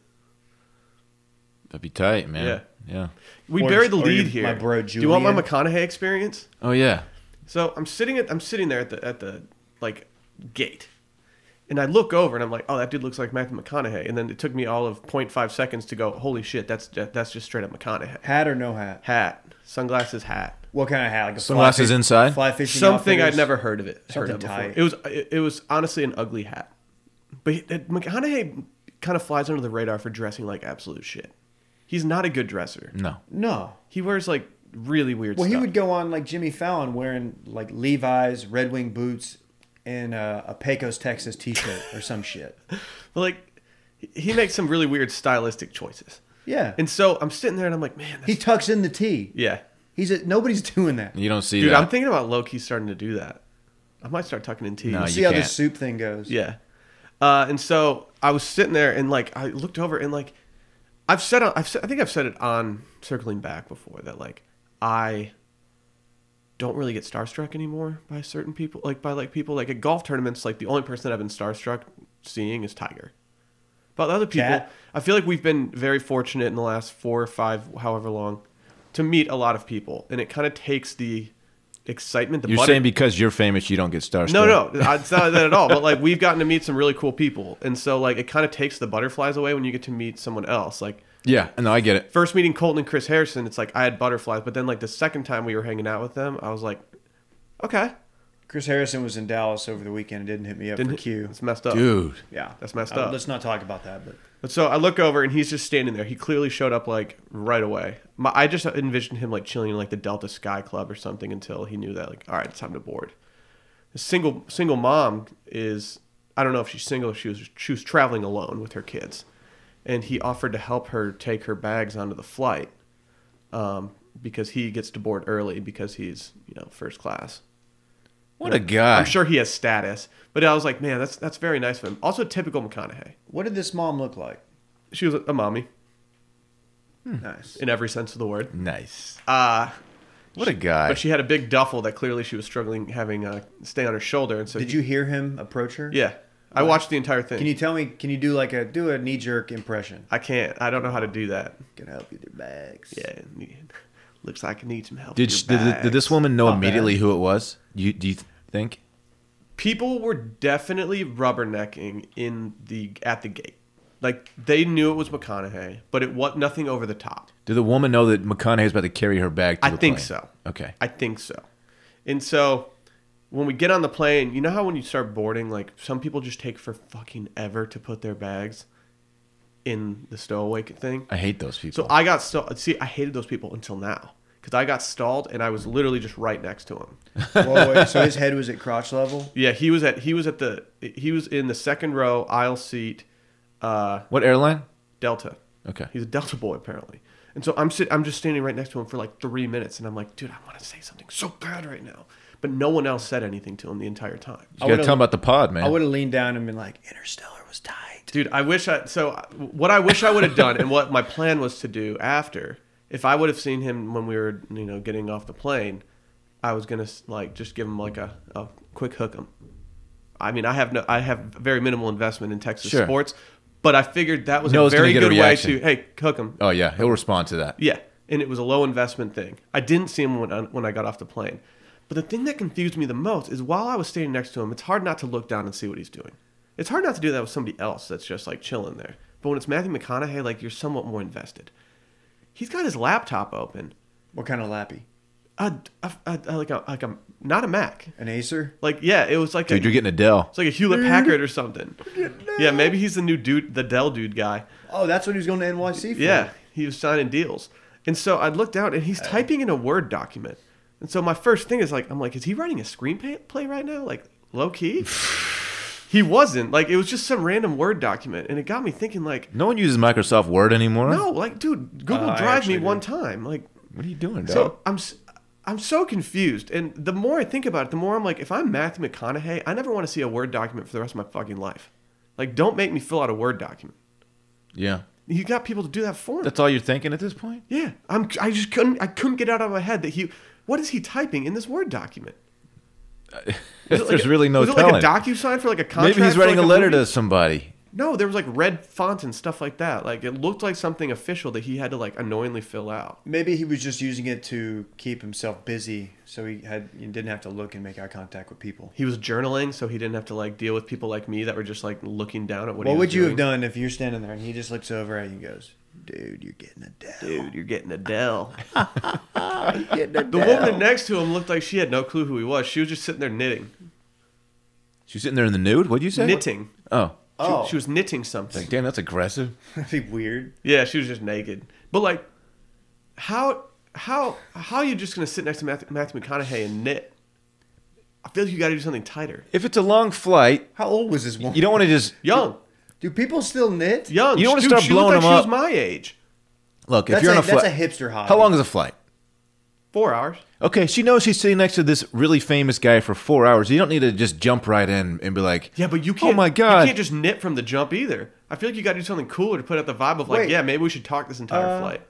S3: That'd be tight, man. Yeah. Yeah.
S1: We
S2: Or-
S1: buried the
S2: or your-
S1: lead here.
S2: my bro
S1: Do you want my
S2: Julian.
S1: McConaughey experience?
S3: Oh yeah.
S1: So I'm sitting at I'm sitting there at the at the like gate. And I look over and I'm like, oh, that dude looks like Matthew McConaughey. And then it took me all of 0.5 seconds to go, holy shit, that's that's just straight up McConaughey.
S2: Hat or no hat?
S1: Hat, sunglasses, hat.
S2: What kind of hat? Like a fly
S3: Sunglasses
S2: fish-
S3: inside?
S2: Fly fishing.
S1: something I'd
S2: outfitters?
S1: never heard of it. Heard
S2: Something
S1: of before.
S2: tight.
S1: It was it, it was honestly an ugly hat, but he- that McConaughey kind of flies under the radar for dressing like absolute shit. He's not a good dresser.
S3: No.
S2: No.
S1: He wears like really weird.
S2: Well, he
S1: stuff.
S2: would go on like Jimmy Fallon wearing like Levi's, Red Wing boots, and uh, a Pecos, Texas T-shirt or some shit.
S1: But, like he- he makes some really weird stylistic choices.
S2: Yeah.
S1: And so I'm sitting there and I'm like, man, that's,
S2: he tucks in the T.
S1: yeah,
S2: He's a, nobody's doing that.
S3: You don't see
S1: dude,
S3: that.
S1: I'm thinking about low key starting to do that. I might start tucking in tees.
S3: No,
S2: See
S3: you
S2: how
S3: can't.
S2: this soup thing goes.
S1: Yeah. Uh, and so I was sitting there and like I looked over and like I've said on I've said, I think I've said it on circling back before that like I don't really get starstruck anymore by certain people like by like people like at golf tournaments like the only person that I've been starstruck seeing is Tiger. But other people,
S2: Cat?
S1: I feel like we've been very fortunate in the last four or five, however long, to meet a lot of people, and it kind of takes the excitement. The
S3: You're
S1: butter-
S3: saying because you're famous, you don't get starstruck.
S1: no, no, it's not that at all. But like, we've gotten to meet some really cool people, and so like, it kind of takes the butterflies away when you get to meet someone else. Like,
S3: Yeah. No, I get it.
S1: first meeting Colton and Chris Harrison, it's like I had butterflies, but then like the second time we were hanging out with them, I was like, okay,
S2: Chris Harrison was in Dallas over the weekend and didn't hit me up for Q.
S1: It's messed up,
S3: Dude.
S2: Yeah.
S1: That's messed
S2: Uh,
S1: up.
S2: Let's not talk about that. But
S1: But so I look over and he's just standing there. He clearly showed up like right away. My, I just envisioned him like chilling in like the Delta Sky Club or something until he knew that like all right, it's time to board. The single single mom is I don't know if she's single. She was she was traveling alone with her kids, and he offered to help her take her bags onto the flight um, because he gets to board early because he's you know first class.
S3: What a guy.
S1: I'm sure he has status, but I was like, man, that's that's very nice of him. Also, typical McConaughey.
S2: what did this mom look like?
S1: She was a, a mommy
S2: Nice.
S1: in every sense of the word.
S3: Nice.
S1: Uh,
S3: What a guy.
S1: but she had a big duffel that clearly she was struggling having uh, stay on her shoulder, and so
S2: Did you hear him approach her?
S1: Yeah, I watched the entire thing.
S2: Can you tell me? Can you do like a do a knee jerk impression?
S1: I can't. I don't know how to do that.
S2: Can help you with bags.
S1: Yeah, looks like I need some help.
S3: did,
S1: with
S3: she,
S1: your
S3: did, did
S1: bags.
S3: this woman know
S2: Not
S3: immediately who it was? You do you th- think?
S1: People were definitely rubbernecking in the at the gate. Like they knew it was McConaughey, but it was nothing over the top.
S3: Did the woman know that McConaughey's about to carry her bag? To
S1: I
S3: the
S1: think
S3: plane?
S1: so.
S3: Okay.
S1: I think so. And so when we get on the plane, you know how when you start boarding, like some people just take for fucking ever to put their bags? in the stowaway thing.
S3: I hate those people.
S1: So I got stalled. See, I hated those people until now because I got stalled and I was literally just right next to him.
S2: Whoa, wait, so his head was at crotch level.
S1: Yeah, he was at he was at the he was in the second row aisle seat, uh,
S3: what airline?
S1: Delta.
S3: Okay.
S1: He's a Delta boy apparently. And so I'm sit I'm just standing right next to him for like three minutes, and I'm like, dude, I want to say something so bad right now, but no one else said anything to him the entire time.
S3: You gotta
S2: would've-
S3: tell 'em about the pod, man.
S2: I would have leaned down and been like, "Interstellar was tight."
S1: Dude, I wish I so uh, what I wish I would have done and what my plan was to do after if I would have seen him when we were, you know, getting off the plane, I was going to like just give him like a, a quick hook 'em. I mean, I have no I have very minimal investment in Texas
S3: Sure.
S1: sports, but I figured that was
S3: You know
S1: a
S3: it's gonna
S1: very
S3: get a
S1: good way
S3: reaction.
S1: to hey, hook him.
S3: oh yeah, he'll respond to that.
S1: Yeah, and it was a low investment thing. I didn't see him when I, when I got off the plane. But the thing that confused me the most is while I was standing next to him, it's hard not to look down and see what he's doing. It's hard not to do that with somebody else that's just like chilling there. But when it's Matthew McConaughey, like you're somewhat more invested. He's got his laptop open,
S2: What kind of lappy?
S1: a, a, a- like a like a not a Mac.
S2: An Acer?
S1: Like yeah, it was like
S3: Dude,
S1: a,
S3: you're getting Adele.
S1: it's like a Hewlett Packard or something. Yeah, maybe he's the new dude, the Dell dude guy.
S2: Oh, that's what he was going to NYC for.
S1: Yeah, he was signing deals. And so I looked down and he's typing in a Word document. And so my first thing is like, I'm like, is he writing a screenplay right now? Like, low key? he wasn't. Like, it was just some random Word document. And it got me thinking, like,
S3: No one uses Microsoft Word anymore.
S1: no, like, dude, Google
S2: Uh, I
S1: Drive me
S2: actually
S1: one time. Like,
S3: What are you doing, dog?
S1: so I'm. s- I'm so confused, and the more I think about it, the more I'm like, if I'm Matthew McConaughey, I never want to see a Word document for the rest of my fucking life. Like, don't make me fill out a Word document.
S3: yeah.
S1: You got people to do that for me.
S3: That's all you're thinking at this point?
S1: Yeah, I'm. I just couldn't. I couldn't get out of my head that he. What is he typing in this word document? Is it like
S3: There's
S1: a-
S3: really no
S1: was
S3: telling.
S1: it like a docu sign for like a contract?
S3: Maybe he's
S1: for,
S3: writing
S1: like,
S3: a letter
S1: movie?
S3: to somebody.
S1: No, there was like red font and stuff like that. Like it looked like something official that he had to like annoyingly fill out.
S2: Maybe he was just using it to keep himself busy, so he had he didn't have to look and make eye contact with people.
S1: He was journaling, so he didn't have to like deal with people like me that were just like looking down at what.
S2: What,
S1: he was
S2: would you have
S1: doing.
S2: done if you're standing there and he just looks over at you and goes, "Dude, you're getting Adele.
S1: Dude, you're getting Adele.
S2: You're getting Adele."
S1: The woman next to him looked like she had no clue who he was. She was just sitting there knitting,
S3: She's sitting there in the nude? What'd you say?
S1: knitting. She-
S3: Oh.
S2: Oh,
S1: She, was knitting something.
S3: Like, damn, that's aggressive.
S2: that'd be weird.
S1: Yeah, she was just naked. But like, how how how are you just gonna sit next to Matthew, Matthew McConaughey and knit? I feel like you got to do something tighter.
S3: If it's a long flight,
S2: How old was this woman?
S3: you don't want to just
S1: Young,
S2: Do people still knit?
S1: young.
S3: You don't wanna
S1: Dude,
S3: start
S1: she
S3: blowing
S1: looked like
S3: them up.
S1: She was my age.
S3: look. If
S2: That's
S3: you're
S2: a-
S3: on a flight,
S2: that's a hipster hobby.
S3: How long is a flight?
S1: Four hours.
S3: Okay, she knows she's sitting next to this really famous guy for four hours. You don't need to just jump right in and be like,
S1: Yeah, but you can't.
S3: Oh my god,
S1: you can't just knit from the jump either. I feel like you got to do something cooler to put out the vibe of like,
S2: Wait.
S1: yeah, maybe we should talk this entire
S2: Uh,
S1: flight.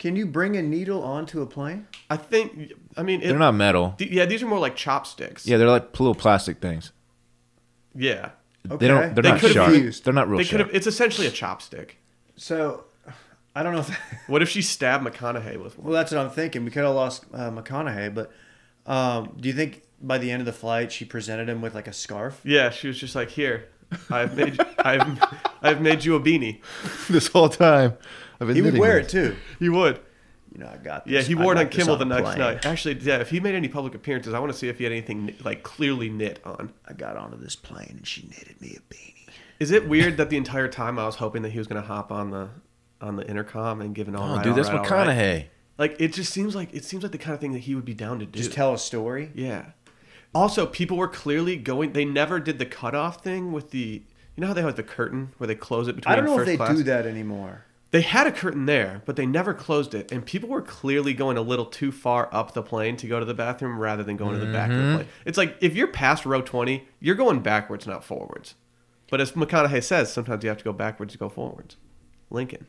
S2: Can you bring a needle onto a plane?
S1: I think. I mean, it,
S3: they're not metal.
S1: th- yeah, these are more like chopsticks.
S3: Yeah, they're like little plastic things.
S1: yeah.
S3: They don't. They're
S1: They
S3: not
S1: could've
S3: sharp.
S2: used-
S3: They're not real
S1: They could
S3: sharp.
S1: have. It's essentially a chopstick.
S2: So, I don't know if.
S1: What if she stabbed McConaughey with one?
S2: Well, that's what I'm thinking. We could have lost uh, McConaughey, but um, do you think by the end of the flight she presented him with like a scarf?
S1: Yeah, she was just like, "Here, I've made, I've, I've made you a beanie."
S3: this whole time, I've been
S2: He would
S3: knitting
S2: wear it
S3: this.
S2: too.
S1: You would.
S2: You know, I got.
S1: Yeah,
S2: This.
S1: he
S2: I
S1: wore it
S2: got
S1: on
S2: this
S1: Kimmel the
S2: a
S1: next
S2: plane.
S1: night. Actually, yeah, if he made any public appearances, I want to see if he had anything kn- like clearly knit on.
S2: I got onto this plane and she knitted me a beanie.
S1: Is it weird that the entire time I was hoping that he was going to hop on the, on the intercom and give an all
S3: Oh,
S1: right,
S3: dude,
S1: all
S3: that's
S1: right, all right.
S3: McConaughey.
S1: Like it just seems like it seems like the kind of thing that he would be down to do.
S2: Just tell a story.
S1: Yeah. Also, people were clearly going. They never did the cutoff thing with the. You know how they have the curtain where they close it between.
S2: I don't know if
S1: first
S2: they
S1: class?
S2: do that anymore.
S1: They had a curtain there, but they never closed it, and people were clearly going a little too far up the plane to go to the bathroom rather than going to the back of
S2: Mm-hmm.
S1: the plane. It's like if you're past row 20, you're going backwards, not forwards. But as McConaughey says, sometimes you have to go backwards to go forwards. Lincoln.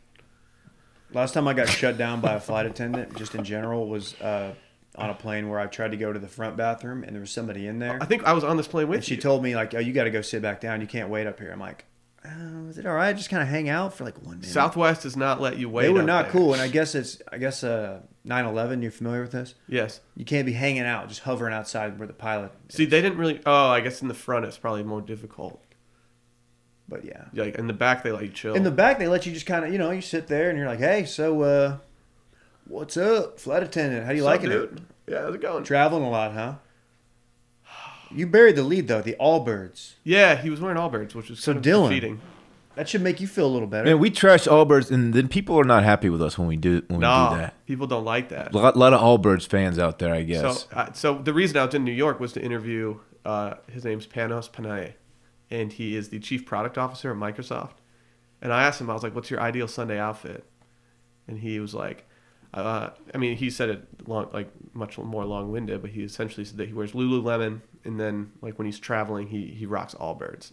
S2: Last time I got shut down by a flight attendant, just in general, was uh, on a plane where I tried to go to the front bathroom and there was somebody in there.
S1: I think I was on this plane with
S2: And she
S1: you.
S2: told me like, "Oh, you got to go sit back down. You can't wait up here." I'm like, oh, "Is it all right? Just kind of hang out for like one minute."
S1: Southwest does not let you wait.
S2: they were
S1: up
S2: not
S1: there.
S2: cool, and I guess it's I guess uh 9/11. You're familiar with this?
S1: Yes.
S2: You can't be hanging out, just hovering outside where the pilot.
S1: See, they didn't really. Oh, I guess in the front it's probably more difficult.
S2: But yeah,
S1: Like in the back, they let you chill.
S2: in the back they let you just kind of you know you sit there and you're like, "Hey, so uh, what's up, flight attendant? How do you
S1: Sup,
S2: liking
S1: dude?
S2: it?
S1: Yeah, how's it going?
S2: Traveling a lot, huh?" You buried the lead though, the Allbirds.
S1: Yeah, he was wearing Allbirds, which was
S2: So
S1: kind of
S2: Dylan-
S1: defeating.
S2: That should make you feel a little better.
S3: Man, we trash Allbirds, and then people are not happy with us when we do when we do
S1: Nah,
S3: that.
S1: people don't like that.
S3: A lot, lot of Allbirds fans out there, I guess.
S1: So, uh, so the reason I was in New York was to interview. Uh, his name's Panos Panay, and he is the chief product officer at Microsoft. And I asked him, I was like, "What's your ideal Sunday outfit?" And he was like, uh, "I mean, he said it long, like much more long-winded, but he essentially said that he wears Lululemon, and then like when he's traveling, he he rocks Allbirds."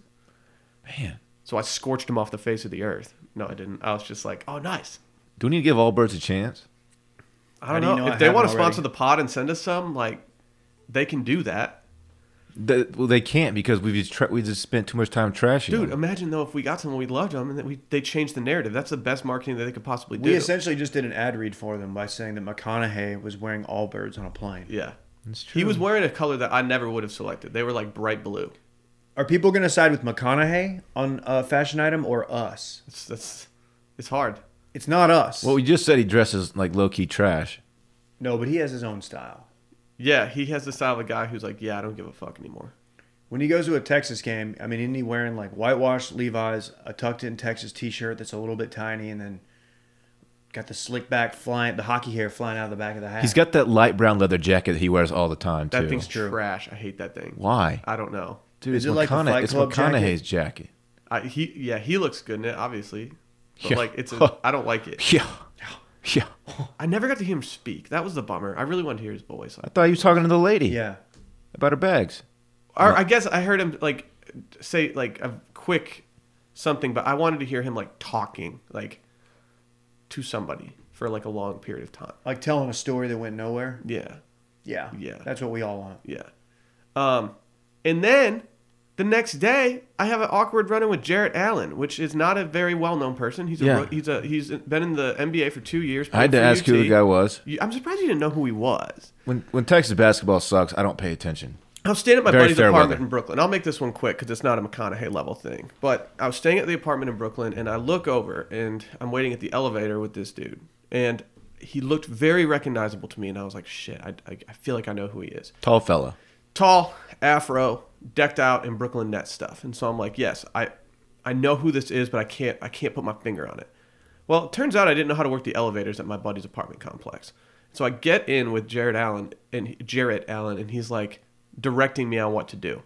S3: Man,
S1: So I scorched him off the face of the earth. No, I didn't. I was just like, "Oh, nice."
S3: do we need to give Allbirds a chance?
S1: I
S2: How
S1: don't
S2: do you
S1: know.
S2: know I
S1: if they want to
S2: haven't already?
S1: sponsor the pod and send us some, like, they can do that.
S3: They, well, they can't because we just tra- we just spent too much time trashing.
S1: Dude,
S3: them.
S1: imagine though if we got someone we loved them and that we they changed the narrative. That's the best marketing that they could possibly do.
S2: We essentially just did an ad read for them by saying that McConaughey was wearing Allbirds on a plane.
S1: yeah.
S3: It's
S1: He was
S3: true.
S1: wearing a color that I never would have selected. They were like bright blue.
S2: Are people going to side with McConaughey on a fashion item or us?
S1: It's that's it's hard.
S2: It's not us.
S3: Well, we just said he dresses like low key trash.
S2: no, but he has his own style.
S1: Yeah, he has the style of a guy who's like, yeah, I don't give a fuck anymore.
S2: When he goes to a Texas game, I mean, isn't he wearing like whitewashed Levi's, a tucked in Texas t shirt that's a little bit tiny, and then got the slick back flying, the hockey hair flying out of the back of the hat?
S3: He's got that light brown leather jacket that he wears all the time too.
S1: That thing's
S2: True.
S1: trash. I hate that thing.
S3: Why,
S1: I don't know.
S3: dude?
S2: Is
S3: it's
S2: it like the
S3: McCona-
S2: Fight
S3: it's
S2: Club jacket?
S3: McConaughey's jacket.
S1: I he yeah, he looks good in it, obviously. But
S3: Yeah.
S1: like it's a, I don't like it.
S3: Yeah, yeah.
S1: I never got to hear him speak. That was the bummer. I really wanted to hear his voice.
S3: I thought he was talking to the lady
S2: Yeah.
S3: about her bags.
S1: Or I guess I heard him like say like a quick something, but I wanted to hear him like talking like to somebody for like a long period of time.
S2: Like telling a story that went nowhere.
S1: Yeah,
S2: Yeah.
S1: Yeah.
S2: That's what we all want.
S1: yeah. Um, and then the next day, I have an awkward run-in with Jarrett Allen, which is not a very well-known person. He's a
S3: Yeah.
S1: ro- he's a he's been in the NBA for two years.
S3: I had to
S1: played for
S3: ask who
S1: UT.
S3: the guy was.
S1: You- I'm surprised you didn't know who he was.
S3: When when Texas basketball sucks, I don't pay attention.
S1: I was staying at my
S3: Very
S1: buddy's
S3: fair
S1: apartment
S3: weather.
S1: in Brooklyn. I'll make this one quick because it's not a McConaughey level thing. But I was staying at the apartment in Brooklyn, and I look over, and I'm waiting at the elevator with this dude, and he looked very recognizable to me, and I was like, "Shit, I, I, I feel like I know who he is."
S3: Tall fella.
S1: Tall, afro, decked out in Brooklyn Nets stuff, and so I'm like, "Yes, I, I know who this is, but I can't, I can't put my finger on it." Well, it turns out I didn't know how to work the elevators at my buddy's apartment complex. So I get in with Jared Allen and Jarrett Allen, and he's like directing me on what to do.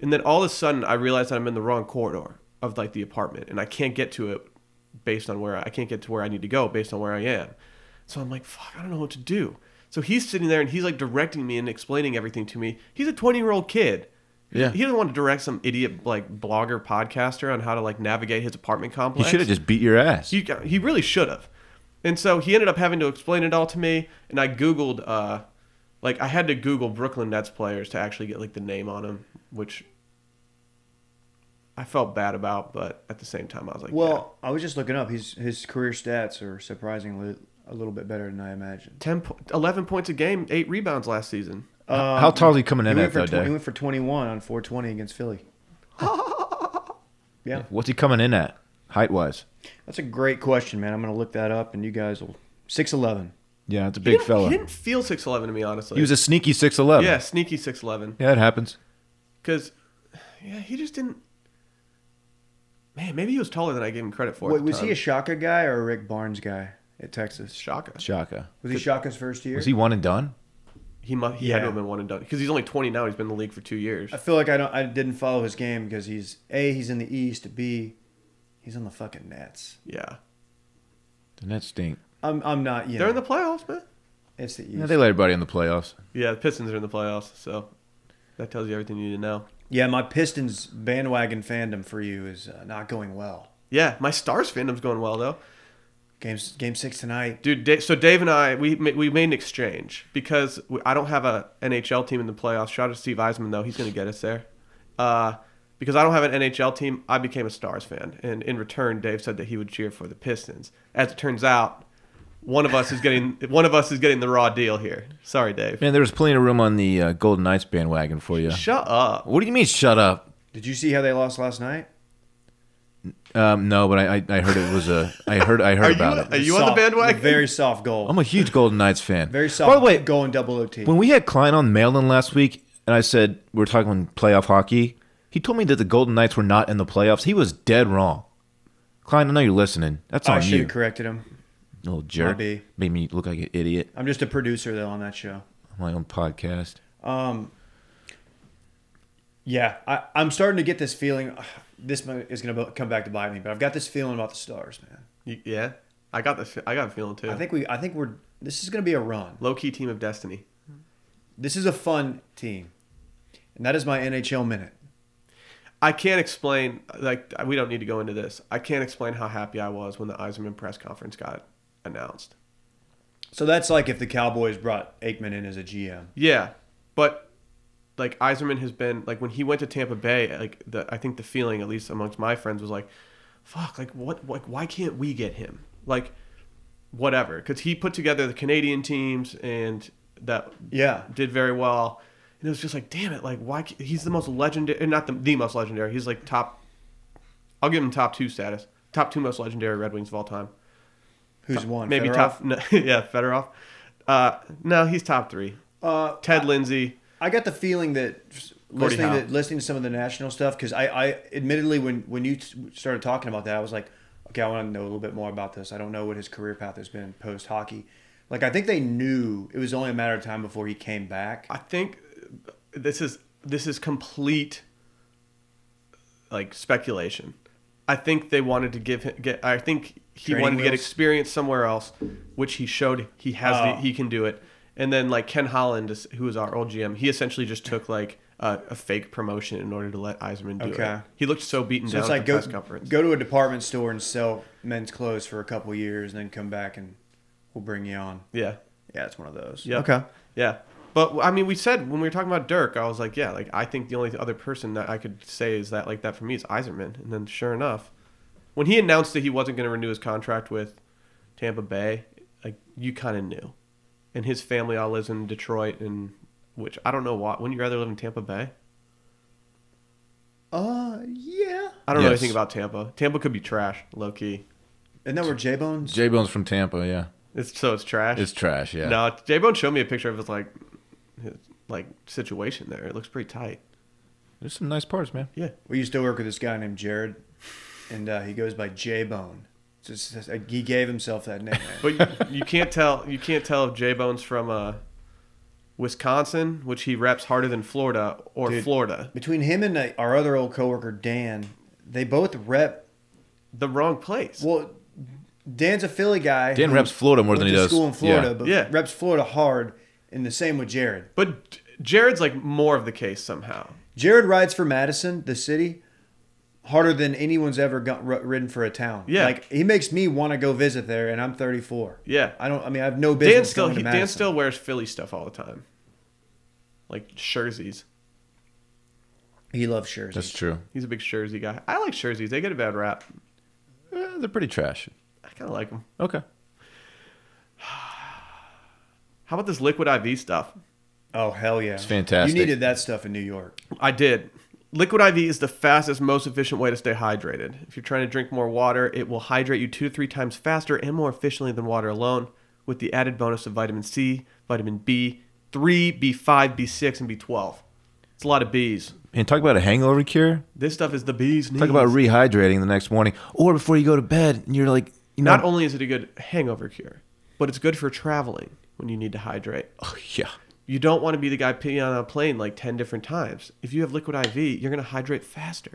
S1: And then all of a sudden, I realize that I'm in the wrong corridor of like the apartment, and I can't get to it based on where I can't get to where I need to go based on where I am. So I'm like, fuck, I don't know what to do. So he's sitting there and he's like directing me and explaining everything to me. He's a 20 year old kid.
S3: Yeah.
S1: he doesn't want to direct some idiot like blogger podcaster on how to like navigate his apartment
S3: He
S1: complex.
S3: should have just beat your ass.
S1: He, he really should have. And so he ended up having to explain it all to me, and I Googled, uh, like, I had to Google Brooklyn Nets players to actually get, like, the name on them, which I felt bad about, but at the same time, I was like, well,
S2: Well, I was just looking up. His his career stats are surprisingly a little bit better than I imagined.
S1: 10, po- 11 points a game, eight rebounds last season.
S2: Um,
S3: How tall is he coming
S2: he
S3: in
S2: went
S3: at
S2: for
S3: though,
S2: tw- he
S3: Dak?
S2: went for 21 on 420 against Philly. yeah,
S3: What's he coming in at, height wise?
S2: that's a great question, man. I'm gonna look that up, and you guys will 611.
S3: Yeah, it's a
S1: He
S3: big
S1: didn't-
S3: fella.
S1: He didn't feel 6'11 to me, honestly.
S3: He was a sneaky six eleven.
S1: yeah, sneaky 6'11.
S3: yeah, it happens.
S1: Because, yeah, he just didn't. Man, maybe he was taller than I gave him credit for. at
S2: Wait,
S1: the
S2: was he a
S1: time.
S2: Shaka guy or a Rick Barnes guy at Texas?
S1: Shaka.
S3: Shaka.
S2: Was he Shaka's first year?
S3: Was he one and done?
S1: He must. He had to
S2: Yeah.
S1: have been one and done because he's only 20 now. He's been in the league for two years.
S2: I feel like I don't. I didn't follow his game because he's a. He's in the East. B. He's on the fucking Nets.
S1: Yeah,
S3: The Nets stink.
S2: I'm. I'm not. You
S1: they're in
S2: know,
S1: the playoffs, man.
S2: it's the East.
S3: Yeah, they let everybody in the playoffs.
S1: Yeah, the Pistons are in the playoffs, so that tells you everything you need to know.
S2: Yeah, my Pistons bandwagon fandom for you is uh, not going well.
S1: Yeah, my Stars fandom's going well though,
S2: Games game six tonight.
S1: dude. Da- so Dave and I, we ma- we made an exchange because we, I don't have a NHL team in the playoffs. Shout out to Steve Eisman though; he's going to get us there. Uh, because I don't have an NHL team, I became a Stars fan, and in return, Dave said that he would cheer for the Pistons. As it turns out, one of us is getting one of us is getting the raw deal here. Sorry, Dave.
S3: Man, there was plenty of room on the uh, Golden Knights bandwagon for you.
S1: Shut up.
S3: What do you mean, shut up?
S2: Did you see how they lost last night?
S3: Um, no, but I, I, I heard it was a. I heard I heard
S1: Are you-
S3: about
S1: are
S3: it.
S1: you- on the
S2: Soft-
S1: bandwagon?
S2: Very soft goal.
S3: I'm a huge Golden Knights fan.
S2: very soft.
S3: By the way,
S2: goal in double OT.
S3: When we had Klein on Mailin last week, and I said we were talking playoff hockey, he told me that the Golden Knights were not in the playoffs. He was dead wrong. Klein, I know you're listening. That's
S1: Oh,
S2: I
S3: on
S2: should
S3: you,
S2: have corrected him.
S3: you little jerk.
S2: be.
S3: Made me look like an idiot
S2: I'm just a producer though on that show.
S3: on my own podcast.
S2: Um, yeah, I, I'm starting to get this feeling. This mo- is going to come back to bite me, but I've got this feeling about the stars, man.
S1: You, yeah, I got the fe- I got a feeling too.
S2: I think we, I think we're. This is going to be a run.
S1: low key team of destiny.
S2: This is a fun team, and that is my NHL minute.
S1: I can't explain. Like we don't need to go into this. I can't explain how happy I was when the Eisenman press conference got announced.
S2: So that's like if the Cowboys brought Aikman in as a GM.
S1: Yeah, but like Eiserman has been like when he went to Tampa Bay, like the I think the feeling at least amongst my friends was like, fuck, like what, like why can't we get him? Like whatever, because he put together the Canadian teams and that
S2: Yeah,
S1: did very well, and it was just like, damn it, like why ca- he's the most legendary, not the the most legendary. He's like top. I'll give him top two status, top two most legendary Red Wings of all time.
S2: who's one?
S1: Maybe
S2: Fedorov?
S1: top, no, yeah, Fedorov. Uh, no, he's top three.
S2: Uh,
S1: Ted Lindsay.
S2: I got the feeling that
S1: Gordie
S2: listening
S1: Howe.
S2: to, listening to some of the national stuff because I, I admittedly when when you t- started talking about that I was like okay I want to know a little bit more about this I don't know what his career path has been post hockey like I think they knew it was only a matter of time before he came back
S1: I think uh, this is this is complete like speculation. I think they wanted to give him get. I think he
S2: Training
S1: wanted to get
S2: wheels?
S1: experience somewhere else, which he showed he has.
S2: Oh.
S1: The, he can do it. And then like Ken Holland, is- who was our old GM, he essentially just took like a, a fake promotion in order to let Eiserman do
S2: Okay.
S1: it. He looked so beaten
S2: so
S1: down
S2: it's
S1: at
S2: like
S1: the
S2: go
S1: press conference.
S2: go to a department store and sell men's clothes for a couple years and then come back and we'll bring you on
S1: yeah,
S2: yeah it's one of those
S1: Yep.
S2: okay
S1: yeah. But I mean, we said when we were talking about Dirk, I was like, yeah, like I think the only other person that I could say is that like that for me is Eiserman. And then sure enough, when he announced that he wasn't going to renew his contract with Tampa Bay, like you kind of knew. And his family all lives in Detroit, and which I don't know why. Wouldn't you rather live in Tampa Bay?
S2: uh yeah
S1: I don't know
S3: Yes.
S1: anything about Tampa. Tampa could be trash, low key.
S2: and then we're J Bones
S3: J Bone's from Tampa. Yeah,
S1: It's so it's trash.
S3: it's trash. Yeah,
S1: No, J Bone showed me a picture of his like, his, like situation there. It looks pretty tight.
S3: there's some nice parts, man.
S1: Yeah.
S2: We used to work with this guy named Jared, and uh, he goes by J Bone. Just, just- he gave himself that nickname.
S1: But you, you can't tell you can't tell if J Bone's from uh, Wisconsin, which he raps harder than Florida, or
S2: Dude.
S1: Florida,
S2: Between him and uh, our other old coworker Dan, they both rep.
S1: the wrong place.
S2: Well, Dan's a Philly guy.
S3: Dan
S2: who
S3: reps Florida more
S2: went
S3: than he
S2: to
S3: does.
S2: School in Florida,
S3: Yeah.
S2: but
S1: Yeah.
S2: reps Florida hard. And the same with Jared.
S1: but Jared's like more of the case somehow.
S2: Jared rides for Madison, the city, harder than anyone's ever got, r- ridden for a town.
S1: Yeah.
S2: like he makes me want to go visit there, and I'm 34.
S1: Yeah.
S2: I don't. I mean, I have no business.
S1: Dan still
S2: going to
S1: he, Dan
S2: Madison.
S1: still wears Philly stuff all the time, like jerseys.
S2: He loves Jersey.
S3: That's true.
S1: He's a big jersey guy. I like jerseys. They get a bad rap.
S3: Eh, they're pretty trash.
S1: I kind of like them.
S3: Okay.
S1: How about this liquid IV stuff?
S2: Oh hell yeah! It's
S3: fantastic.
S2: You needed that stuff in New York.
S1: I did. Liquid IV is the fastest, most efficient way to stay hydrated. If you're trying to drink more water, it will hydrate you two to three times faster and more efficiently than water alone, with the added bonus of vitamin C, vitamin B, 3, B5, B6, and B12. It's a lot of B's.
S3: And talk about a hangover cure.
S1: This stuff is the B's knees.
S3: Talk about rehydrating the next morning or before you go to bed and you're like, you know,
S1: Not only is it a good hangover cure, but it's good for traveling when you need to hydrate.
S3: oh, yeah.
S1: You don't want to be the guy peeing on a plane like 10 different times. If you have liquid IV, you're going to hydrate faster.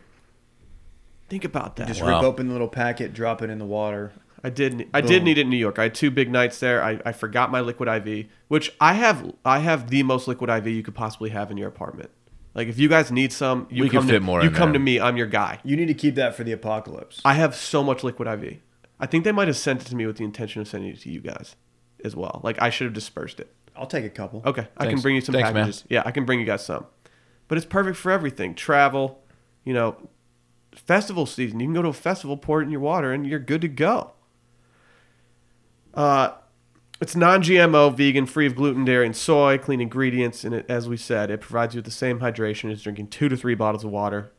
S1: Think about that.
S2: Just
S3: Wow.
S2: rip open the little packet, drop it in the water.
S1: I did. I did
S2: Boom.
S1: need it in New York. I had two big nights there. I, I forgot my liquid IV, which I have. I have the most liquid IV you could possibly have in your apartment. Like if you guys need some, you
S3: We could
S1: come to,
S3: fit more
S1: You
S3: in
S1: come to
S3: there.
S1: me. I'm your guy.
S2: You need to keep that for the apocalypse.
S1: I have so much liquid IV. I think they might have sent it to me with the intention of sending it to you guys as well. Like I should have dispersed it.
S2: I'll take a couple.
S1: Okay, I can
S3: Thanks.
S1: bring you some
S3: Thanks, man.
S1: packages. Yeah, I can bring you guys some. But it's perfect for everything. Travel, you know, festival season. You can go to a festival, pour it in your water, and you're good to go. Uh, it's non-GMO, vegan, free of gluten, dairy, and soy, clean ingredients, and it, as we said, it provides you with the same hydration as drinking two to three bottles of water,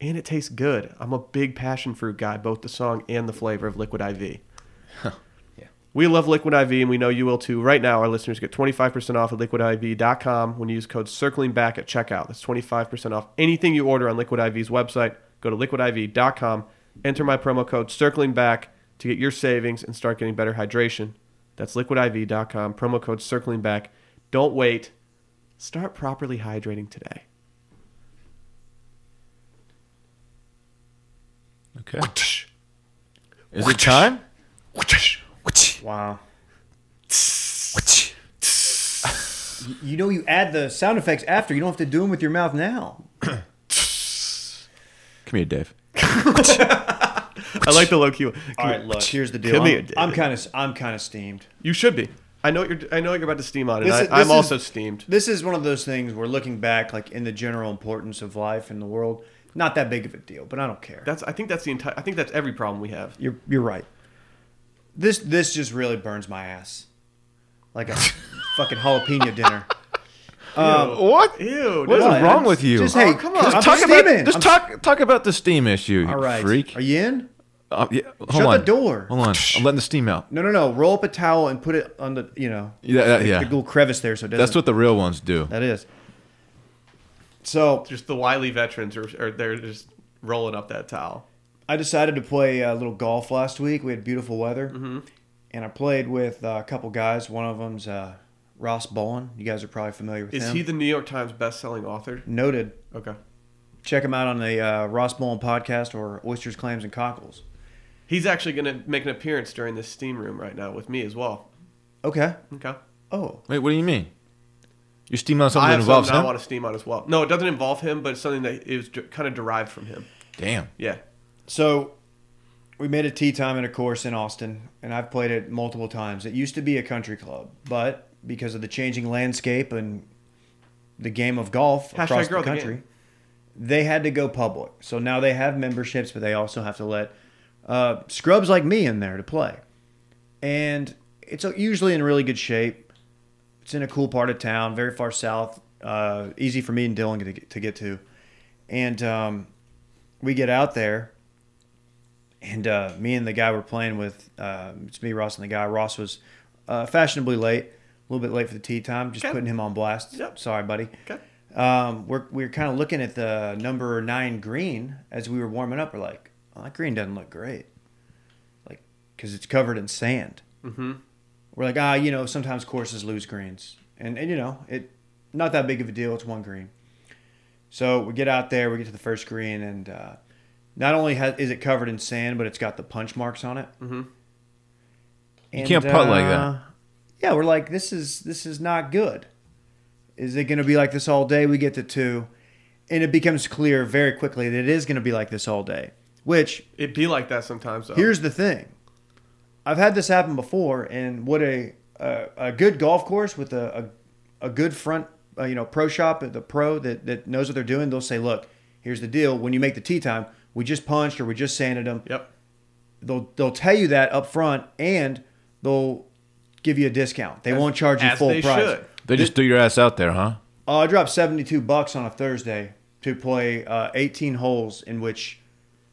S1: and it tastes good. I'm a big passion fruit guy, both the song and the flavor of Liquid IV. We love Liquid IV, and we know you will too. Right now, our listeners get 25% off at liquidiv.com when you use code circling back at checkout. That's 25% off anything you order on Liquid IV's website. Go to liquidiv.com Enter my promo code circling back to get your savings and start getting better hydration. That's liquidiv.com, promo code circling back. Don't wait. Start properly hydrating today.
S3: Okay. Is it time?
S2: Wow. You- You know, you add the sound effects after. You don't have to do them with your mouth now.
S3: Come here, Dave.
S1: I like the low key. one.
S2: All right, look. Here's the deal.
S1: Come here,
S2: I'm-
S1: David.
S2: I'm kind of I'm kind of steamed.
S1: You should be. I know what you're. I know what you're about to steam on, and
S2: This
S1: I,
S2: is- this
S1: I'm
S2: is-
S1: also steamed.
S2: This is one of those things where looking back, like in the general importance of life in the world, not that big of a deal. But I don't care.
S1: That's. I think that's the entire. I think that's every problem we have.
S2: You're you're right. This this just really burns my ass, like a fucking jalapeno dinner.
S3: What?
S1: Ew.
S3: What is
S1: dude.
S2: What?
S3: wrong with you?
S2: Just hey,
S1: Oh, come
S2: come
S1: on.
S2: on,
S1: Just
S2: I'm
S3: talk about
S2: steaming.
S3: just
S2: I'm-
S3: talk talk about the steam issue. You
S2: All right,
S3: freak.
S2: Are you in?
S3: Uh, yeah, hold
S2: Shut the
S3: on.
S2: door.
S3: Hold on. I'm letting the steam out.
S2: No, no, no. Roll up a towel and put it on the you know
S3: Yeah, that-
S2: the,
S3: yeah.
S2: the little crevice there so it doesn't.
S3: That's what the real ones do.
S2: that is. So
S1: Just the wily veterans are. are they're just rolling up that towel.
S2: I decided to play a little golf last week. We had beautiful weather,
S3: Mm-hmm.
S2: and I played with uh, a couple guys. One of them's uh, Ross Bowen. You guys are probably familiar with
S1: Is
S2: him.
S1: he the New York Times best-selling author?
S2: Noted.
S1: Okay.
S2: Check him out on the uh, Ross Bowen podcast or Oysters, Clams, and Cockles.
S1: He's actually going to make an appearance during this steam room right now with me as well.
S2: Okay.
S1: Okay.
S2: Oh,
S3: Wait, what do you mean? You're steaming on something
S1: I
S3: that
S1: have
S3: involves
S1: something I
S3: him?
S1: want to steam on as well. No, it doesn't involve him, but it's something that is d- kind of derived from him.
S3: Damn.
S1: Yeah.
S2: so we made a tea time and a course in Austin, and I've played it multiple times. It used to be a country club, but because of the changing landscape and the game of golf
S1: Hashtag
S2: across
S1: grow
S2: the
S1: the
S2: country,
S1: game.
S2: they had to go public. So now they have memberships, but they also have to let uh, scrubs like me in there to play. And it's usually in really good shape. It's in a cool part of town, very far south, uh, easy for me and Dylan to get to. Get to. And um, we get out there, and uh, me and the guy we're playing with, uh, it's me, Ross, and the guy. Ross was uh, fashionably late, a little bit late for the tea time, just
S1: Okay.
S2: putting him on blast.
S1: Yep.
S2: Sorry, buddy.
S1: Okay.
S2: Um, we're we we're kind of looking at the number nine green as we were warming up. We're like, oh, that green doesn't look great, like because it's covered in sand.
S1: Mm-hmm.
S2: We're like, ah, you know, sometimes courses lose greens, and and you know, it not that big of a deal. It's one green. So we get out there, we get to the first green, and uh, not only has, is it covered in sand, but it's got the punch marks on it.
S1: Mm-hmm.
S2: And, uh,
S3: can't putt like that.
S2: Yeah, we're like, this is this is not good. Is it going to be like this all day? We get to two, and it becomes clear very quickly that it is going to be like this all day. Which
S1: It'd be like that sometimes,
S3: Oh.
S1: though.
S2: here's the thing, I've had this happen before, and what a a, a good golf course with a a, a good front, uh, you know, pro shop at the pro that that knows what they're doing. They'll say, look, here's the deal. When you make the tee time, we just punched or we just sanded them
S1: Yep.
S2: they'll they'll tell you that up front and they'll give you a discount. They won't charge you
S1: as
S2: full
S1: they
S2: price.
S1: should.
S3: They just threw your ass out there, huh?
S2: Uh, I dropped seventy two bucks on a Thursday to play uh, eighteen holes in which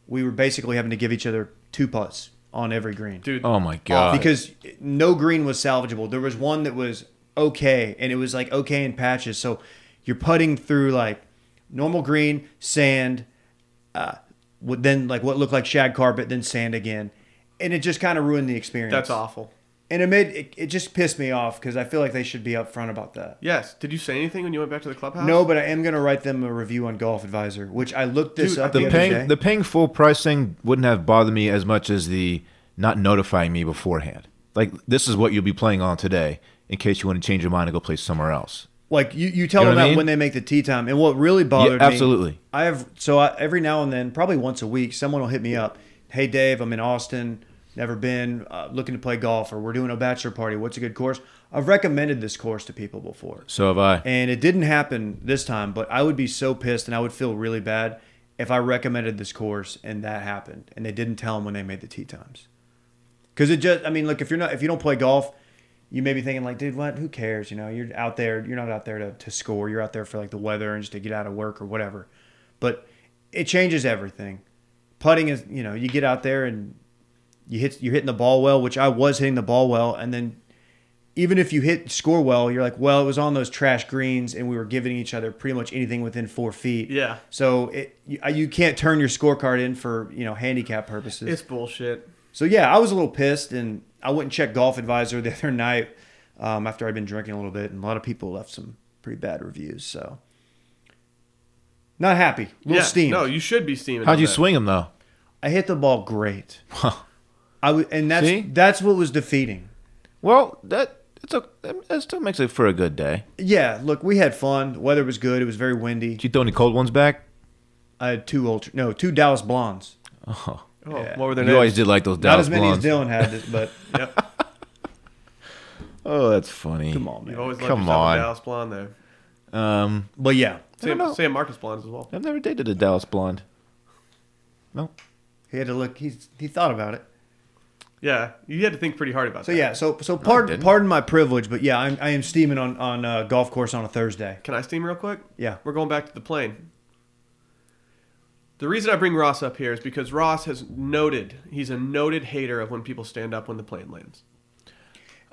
S2: we were basically having to give each other two putts on every green.
S1: Dude.
S3: Oh my god.
S2: Because no green was salvageable. There was one that was okay, and it was like okay in patches. So you're putting through like normal green, sand, uh, what- then like what looked like shag carpet, then sand again, and it just kind of ruined the experience.
S1: That's awful.
S2: And it made it, it just pissed me off because I feel like they should be upfront about that.
S1: Yes. Did you say anything when you went back to the clubhouse?
S2: No, but I am gonna write them a review on Golf Advisor, which I looked this
S1: Dude,
S2: up. The,
S3: the
S2: other
S3: paying
S2: day.
S3: the paying full price thing wouldn't have bothered me as much as the not notifying me beforehand. Like this is what you'll be playing on today in case you want to change your mind and go play somewhere else.
S2: Like you, you tell
S3: You know
S2: them
S3: what I
S2: that
S3: mean?
S2: when they make the tea time. And what really bothered me,
S3: absolutely.
S2: I have so I, every now and then, probably once a week, someone will hit me up. Hey Dave, I'm in Austin, never been, uh, looking to play golf, or we're doing a bachelor party. What's a good course? I've recommended this course to people before,
S3: So have I.
S2: and it didn't happen this time. But I would be so pissed, and I would feel really bad if I recommended this course and that happened, and they didn't tell them when they made the tea times. Because it just, I mean, look, if you're not, if you don't play golf, you may be thinking like, dude, what? Who cares? You know, you're out there. You're not out there to, to score. You're out there for like the weather and just to get out of work or whatever. But it changes everything. Putting is, you know, you get out there and you hit you're hitting the ball well, which I was hitting the ball well, and then even if you hit score well, you're like, well, it was on those trash greens, and we were giving each other pretty much anything within four feet.
S1: Yeah.
S2: So it you, you can't turn your scorecard in for you know handicap purposes.
S1: It's bullshit.
S2: So yeah, I was a little pissed, and I went and checked Golf Advisor the other night um, after I'd been drinking a little bit, and a lot of people left some pretty bad reviews. So not happy, a little
S1: yeah.
S2: steam.
S1: No, you should be steaming.
S3: How'd
S1: on
S3: you
S1: that.
S3: swing him though?
S2: I hit the ball great. I w- and that's
S3: See?
S2: that's what was defeating.
S3: well, that it's a, that still makes it for a good day.
S2: Yeah, look, we had fun. The weather was good. It was very windy.
S3: Did you throw any cold ones back?
S2: I had two ultra, no, two Dallas blondes.
S3: Oh,
S1: Oh, what were their
S3: you always
S1: names?
S3: did like those
S2: Not
S3: Dallas
S2: as many
S3: blondes.
S2: as Dylan had, this, but
S1: Yep.
S3: Oh, that's funny.
S2: come on,
S1: You've
S2: man.
S1: always liked
S3: Come
S1: yourself
S3: on.
S1: a Dallas blonde there.
S3: Um,
S2: But yeah,
S3: I don't know.
S1: Sam, Sam Marcus blonde as well.
S3: I've never dated a Dallas blonde. No.
S2: he had to look. He he thought about it.
S1: Yeah, you had to think pretty hard about
S2: So
S1: that.
S2: yeah, so so pardon
S3: didn't.
S2: pardon my privilege, but yeah, I'm, I am steaming on on a golf course on a Thursday.
S1: Can I steam real quick?
S2: Yeah.
S1: We're going back to the plane. The reason I bring Ross up here is because Ross has noted he's a noted hater of when people stand up when the plane lands.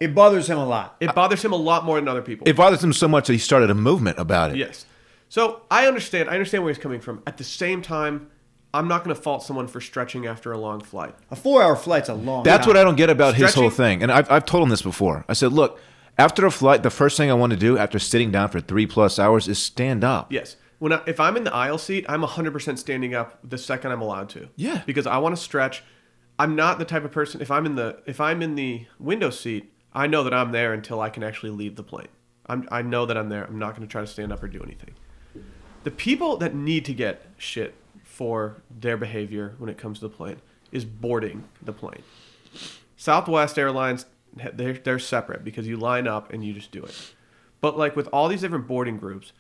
S2: It bothers him a lot.
S1: It bothers him a lot more than other people.
S3: It bothers him so much that he started a movement about it.
S1: Yes. So I understand. I understand where he's coming from. At the same time, I'm not going to fault someone for stretching after a long flight.
S2: A four hour flight's a long.
S3: That's
S2: time.
S3: what I don't get about his whole
S1: Stretching?
S3: thing. And I've, I've told him this before. I said, look, after a flight, the first thing I want to do after sitting down for three plus hours is stand up.
S1: Yes. When I, if I'm in the aisle seat, I'm 100% standing up the second I'm allowed to.
S3: Yeah.
S1: Because I want to stretch. I'm not the type of person if I'm in the if I'm in the window seat, I know that I'm there until I can actually leave the plane. I'm, I know that I'm there. I'm not going to try to stand up or do anything. The people that need to get shit for their behavior when it comes to the plane is boarding the plane. Southwest Airlines, they're, they're separate because you line up and you just do it. But like with all these different boarding groups,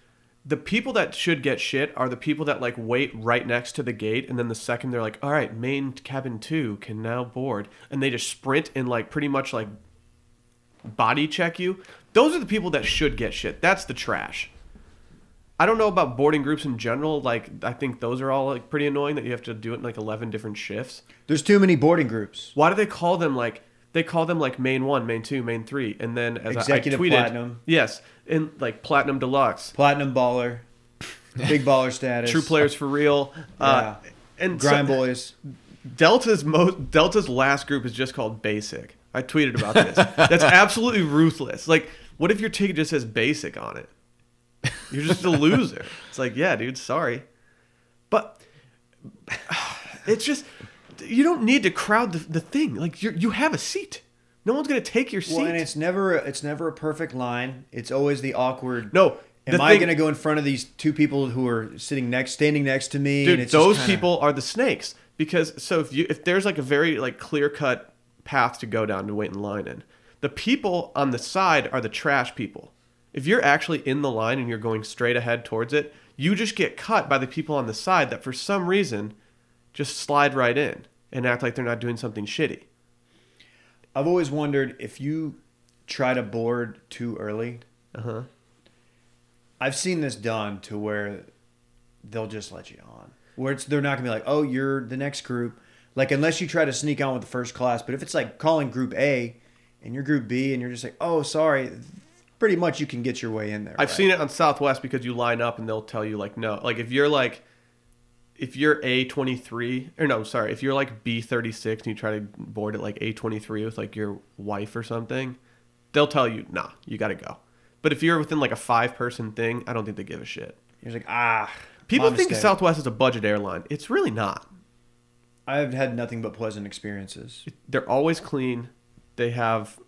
S1: the people that should get shit are the people that like wait right next to the gate and then the second they're like, all right, main cabin two can now board. And they just sprint and like pretty much like body check you. Those are the people that should get shit. That's the trash. I don't know about boarding groups in general. Like, I think those are all like pretty annoying that you have to do it in like 11 different shifts.
S2: There's too many boarding groups.
S1: Why do they call them like they call them like main one, main two, main three, and then as I-
S2: Executive
S1: I, tweeted,
S2: platinum.
S1: yes, and like platinum deluxe,
S2: Platinum baller, big baller status,
S1: true players for real, uh,
S2: Yeah.
S1: and so-
S2: grind boys.
S1: Delta's most Delta's last group is just called basic. I tweeted about this. That's absolutely ruthless. Like, what if your ticket just says basic on it? You're just a loser. It's like, yeah, dude, sorry, but it's just you don't need to crowd the, the thing. Like, you you have a seat. No one's gonna take your seat.
S2: Well, and it's never it's never a perfect line. It's always the awkward.
S1: No,
S2: Am
S1: the
S2: I
S1: thing-
S2: going to go in front of these two people who are sitting next, standing next to me?
S1: dude
S2: and it's just
S1: those
S2: kinda-
S1: people are the snakes because so if you if there's like a very like clear cut path to go down to wait in line in the people on the side are the trash people if you're actually in the line and you're going straight ahead towards it you just get cut by the people on the side that for some reason just slide right in and act like they're not doing something shitty
S2: I've always wondered if you try to board too early.
S1: uh-huh
S2: I've seen this done to where they'll just let you on. Where it's they're not gonna be like, oh, you're the next group. Like unless you try to sneak on with the first class, but if it's like calling group A and you're group B and you're just like, oh, sorry, pretty much you can get your way in there.
S1: I've
S2: right?
S1: seen it on Southwest because you line up and they'll tell you like no. Like if you're like if you're A twenty three or no, sorry, if you're like B thirty six and you try to board at like A twenty three with like your wife or something, they'll tell you, nah, you gotta go. But if you're within like a five person thing, I don't think they give a shit.
S2: You're just like, ah,
S1: People
S2: my
S1: think
S2: mistake."
S1: Southwest is a budget airline. It's really not.
S2: I've had nothing but pleasant experiences.
S1: They're always clean. They have.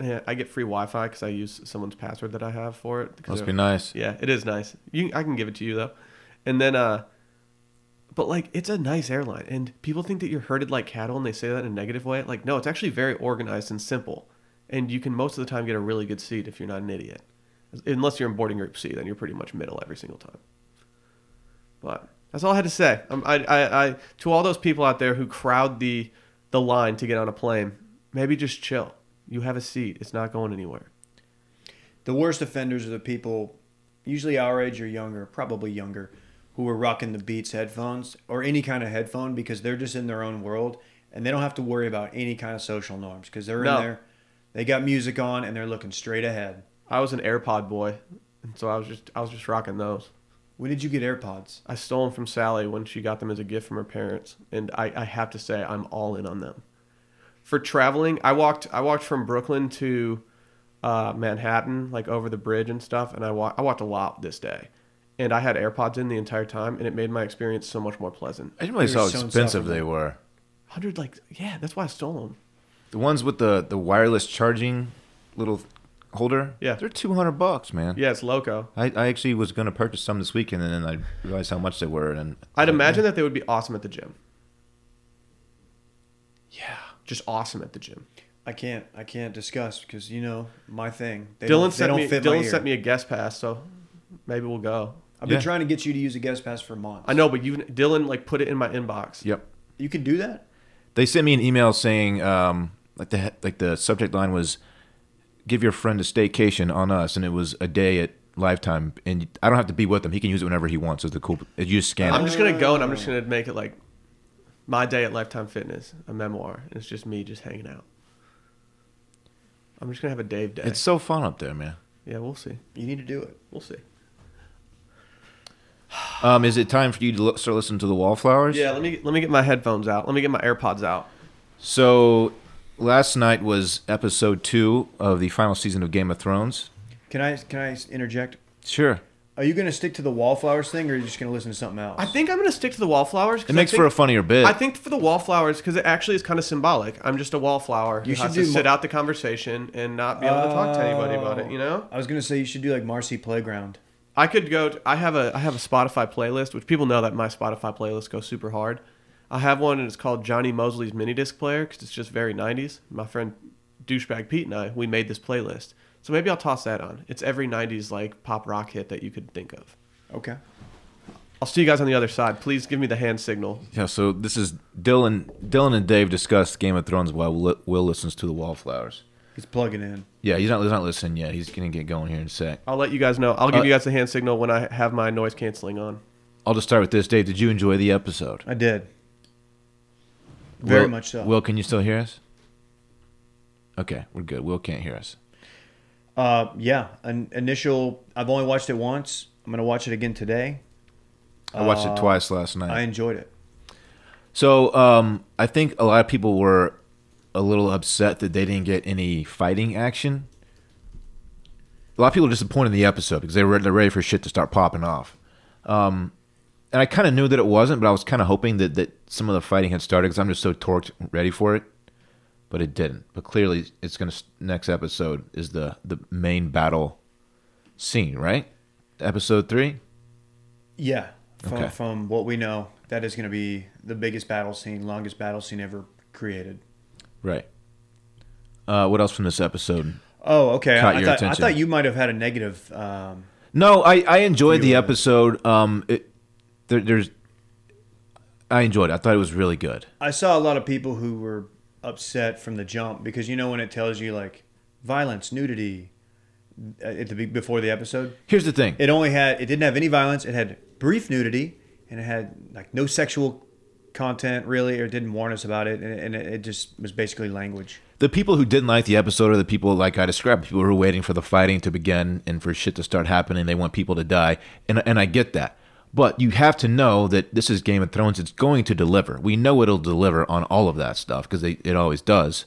S1: Yeah, I get free Wi Fi because I use someone's password that I have for it. 'cause
S3: Must
S1: they're-
S3: be nice.
S1: Yeah, it is nice. You, I can give it to you though, and then uh, but like it's a nice airline, and people think that you're herded like cattle, and they say that in a negative way. Like no, it's actually very organized and simple, and you can most of the time get a really good seat if you're not an idiot, unless you're in boarding group C, then you're pretty much middle every single time. But that's all I had to say. Um, I, I, I to all those people out there who crowd the the line to get on a plane, maybe just chill. You have a seat. It's not going anywhere.
S2: The worst offenders are the people, usually our age or younger, probably younger, who are rocking the Beats headphones or any kind of headphone because they're just in their own world and they don't have to worry about any kind of social norms because they're
S1: No.
S2: in there. They got music on and they're looking straight ahead.
S1: I was an AirPod boy, and so I was just I was just rocking those.
S2: When did you get AirPods?
S1: I stole them from Sally when she got them as a gift from her parents, and I, I have to say I'm all in on them. For traveling, I walked I walked from Brooklyn to uh, Manhattan, like over the bridge and stuff, and I wa- I walked a lot this day, and I had AirPods in the entire time, and it made my experience so much more pleasant.
S3: I didn't realize
S2: They
S3: how
S2: were so
S3: expensive
S2: insufferable.
S3: they were.
S1: Hundred like yeah, that's why I stole them.
S3: The ones with the the wireless charging little holder.
S1: Yeah.
S3: They're two hundred bucks, man.
S1: Yeah, it's loco.
S3: I, I actually was going to purchase some this weekend, and then I realized how much they were. And
S1: I'd imagine that they would be awesome at the gym. Yeah, just awesome at the gym.
S2: I can't I can't discuss because you know my thing. They
S1: Dylan
S2: don't, they
S1: sent
S2: don't
S1: me
S2: fit my
S1: Dylan
S2: ear.
S1: sent me a guest pass, so maybe we'll go.
S2: I've been
S3: Yeah.
S2: trying to get you to use a guest pass for months.
S1: I know, but you Dylan like put it in my inbox.
S3: yep,
S2: you can do that.
S3: they sent me an email saying um, like the he- like the subject line was "Give your friend a staycation on us," and it was a day at Lifetime, and I don't have to be with him. He can use it whenever he wants. Is the cool? You just scan
S1: I'm
S3: it.
S1: just gonna go and I'm just gonna make it like my day at Lifetime Fitness, a memoir. And it's just me just hanging out. I'm just gonna have a Dave day.
S3: It's so fun up there, man.
S1: yeah, we'll see.
S2: You need to do it.
S1: We'll see.
S3: Um, is it time for you to look, start listening to the Wallflowers?
S1: Yeah, let me let me get my headphones out. Let me get my AirPods out.
S3: So last night was episode two of the final season of Game of Thrones.
S2: Can I can I interject?
S3: Sure.
S2: Are you going to stick to the wallflowers thing, or are you just going to listen to something else?
S1: I think I'm gonna stick to the wallflowers. 'cause
S3: It makes
S1: I
S3: for a
S1: think-
S3: funnier bit.
S1: I think for the wallflowers because it actually is kind of symbolic. I'm just a wallflower
S2: You
S1: who has
S2: should
S1: to
S2: do
S1: sit
S2: mo-
S1: out the conversation and not be able to talk to anybody about it. You know,
S2: Oh. I was going to say you should do like Marcy Playground.
S1: I could go. To, I have a I have a Spotify playlist, which people know that my Spotify playlist goes super hard. I have one and it's called Johnny Mosley's Mini Disc Player because it's just very 90s. My friend douchebag Pete and I we made this playlist, so maybe I'll toss that on. It's every 90s like pop rock hit that you could think of.
S2: Okay.
S1: I'll see you guys on the other side. Please give me the hand signal.
S3: Yeah, so this is Dylan. Dylan and Dave discussed Game of Thrones while Will Will listens to the Wallflowers.
S2: He's plugging in.
S3: Yeah, he's not. He's not listening yet. He's gonna get going here in a sec.
S1: I'll let you guys know. I'll give
S3: Uh,
S1: you guys the hand signal when I have my noise canceling on.
S3: I'll just start with this. Dave, did you enjoy the episode?
S2: I did. Very
S3: Will-
S2: much so.
S3: Will, can you still hear us? Okay, we're good. Will can't hear us.
S2: Uh, yeah. An initial. I've only watched it once. I'm going to watch it again today.
S3: I watched
S2: Uh,
S3: it twice last
S2: I
S3: night.
S2: enjoyed it.
S3: so um, I think a lot of people were a little upset that they didn't get any fighting action. A lot of people were disappointed in the episode because they were they're ready for shit to start popping off. Um, and I kind of knew that it wasn't, but I was kind of hoping that, that some of the fighting had started because I'm just so torqued, and ready for it. But it didn't. But clearly, it's gonna next episode is the the main battle scene, right? Episode three.
S2: Yeah. From,
S3: Okay.
S2: from what we know, that is going to be the biggest battle scene, longest battle scene ever created.
S3: Right. Uh, what else from this episode?
S2: Oh, okay.
S3: Caught
S2: I, I
S3: your
S2: thought, I
S3: attention.
S2: thought you might have had a negative. Um,
S3: No, I, I enjoyed the
S2: Viewer.
S3: episode. Um, it, there, there's, I enjoyed. it. I thought it was really good.
S2: I saw a lot of people who were upset from the jump because you know when it tells you like violence, nudity uh, at the be- before the episode,
S3: Here's the thing.
S2: it only had it didn't have any violence. It had brief nudity and it had like no sexual content really, or it didn't warn us about it, and, and it, it just was basically language.
S3: The people who didn't like the episode are the people like I described. People who are waiting for the fighting to begin and for shit to start happening. They want people to die, and and I get that. But you have to know that this is Game of Thrones. It's going to deliver. We know it'll deliver on all of that stuff because it always does.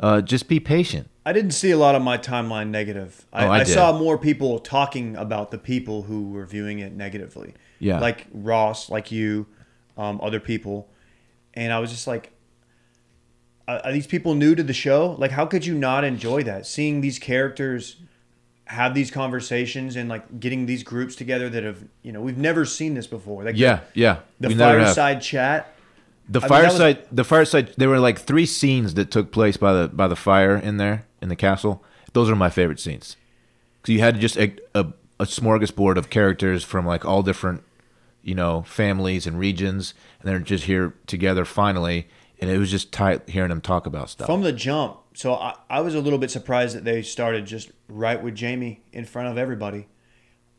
S3: Uh, just be patient.
S2: I didn't see a lot of my timeline negative. I,
S3: Oh, I
S2: I,
S3: did.
S2: saw more people talking about the people who were viewing it negatively.
S3: Yeah.
S2: Like Ross, like you, um, other people. And I was just like, are are these people new to the show? Like, how could you not enjoy that? Seeing these characters have these conversations and like getting these groups together that have, you know, we've never seen this before. Like,
S3: Yeah, yeah.
S2: The
S3: We never have.
S2: fireside chat.
S3: The
S2: I mean, that was-
S3: fireside, the fireside. There were like three scenes that took place by the by the fire in there in the castle. Those are my favorite scenes. So you had just a, a, a smorgasbord of characters from like all different, you know, families and regions, and they're just here together finally. And it was just tight hearing them talk about stuff.
S2: From the jump. So I, I was a little bit surprised that they started just right with Jamie in front of everybody.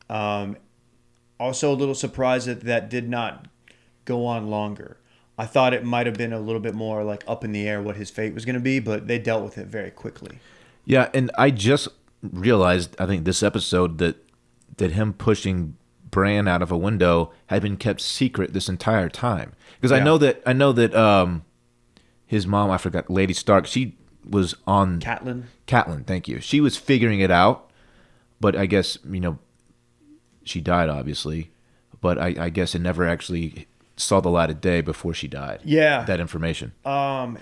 S2: Um, also, a little surprised that that did not go on longer. I thought it might have been a little bit more like up in the air what his fate was going to be, but they dealt with it very quickly.
S3: Yeah, and I just realized I think this episode that that him pushing Bran out of a window had been kept secret this entire time because I
S2: Yeah.
S3: know that I know that um his mom I forgot Lady Stark she was on
S2: Catelyn.
S3: Catelyn thank you she was figuring it out but I guess you know she died obviously but I, I guess it never actually saw the light of day before she died
S2: Yeah.
S3: that information
S2: Um,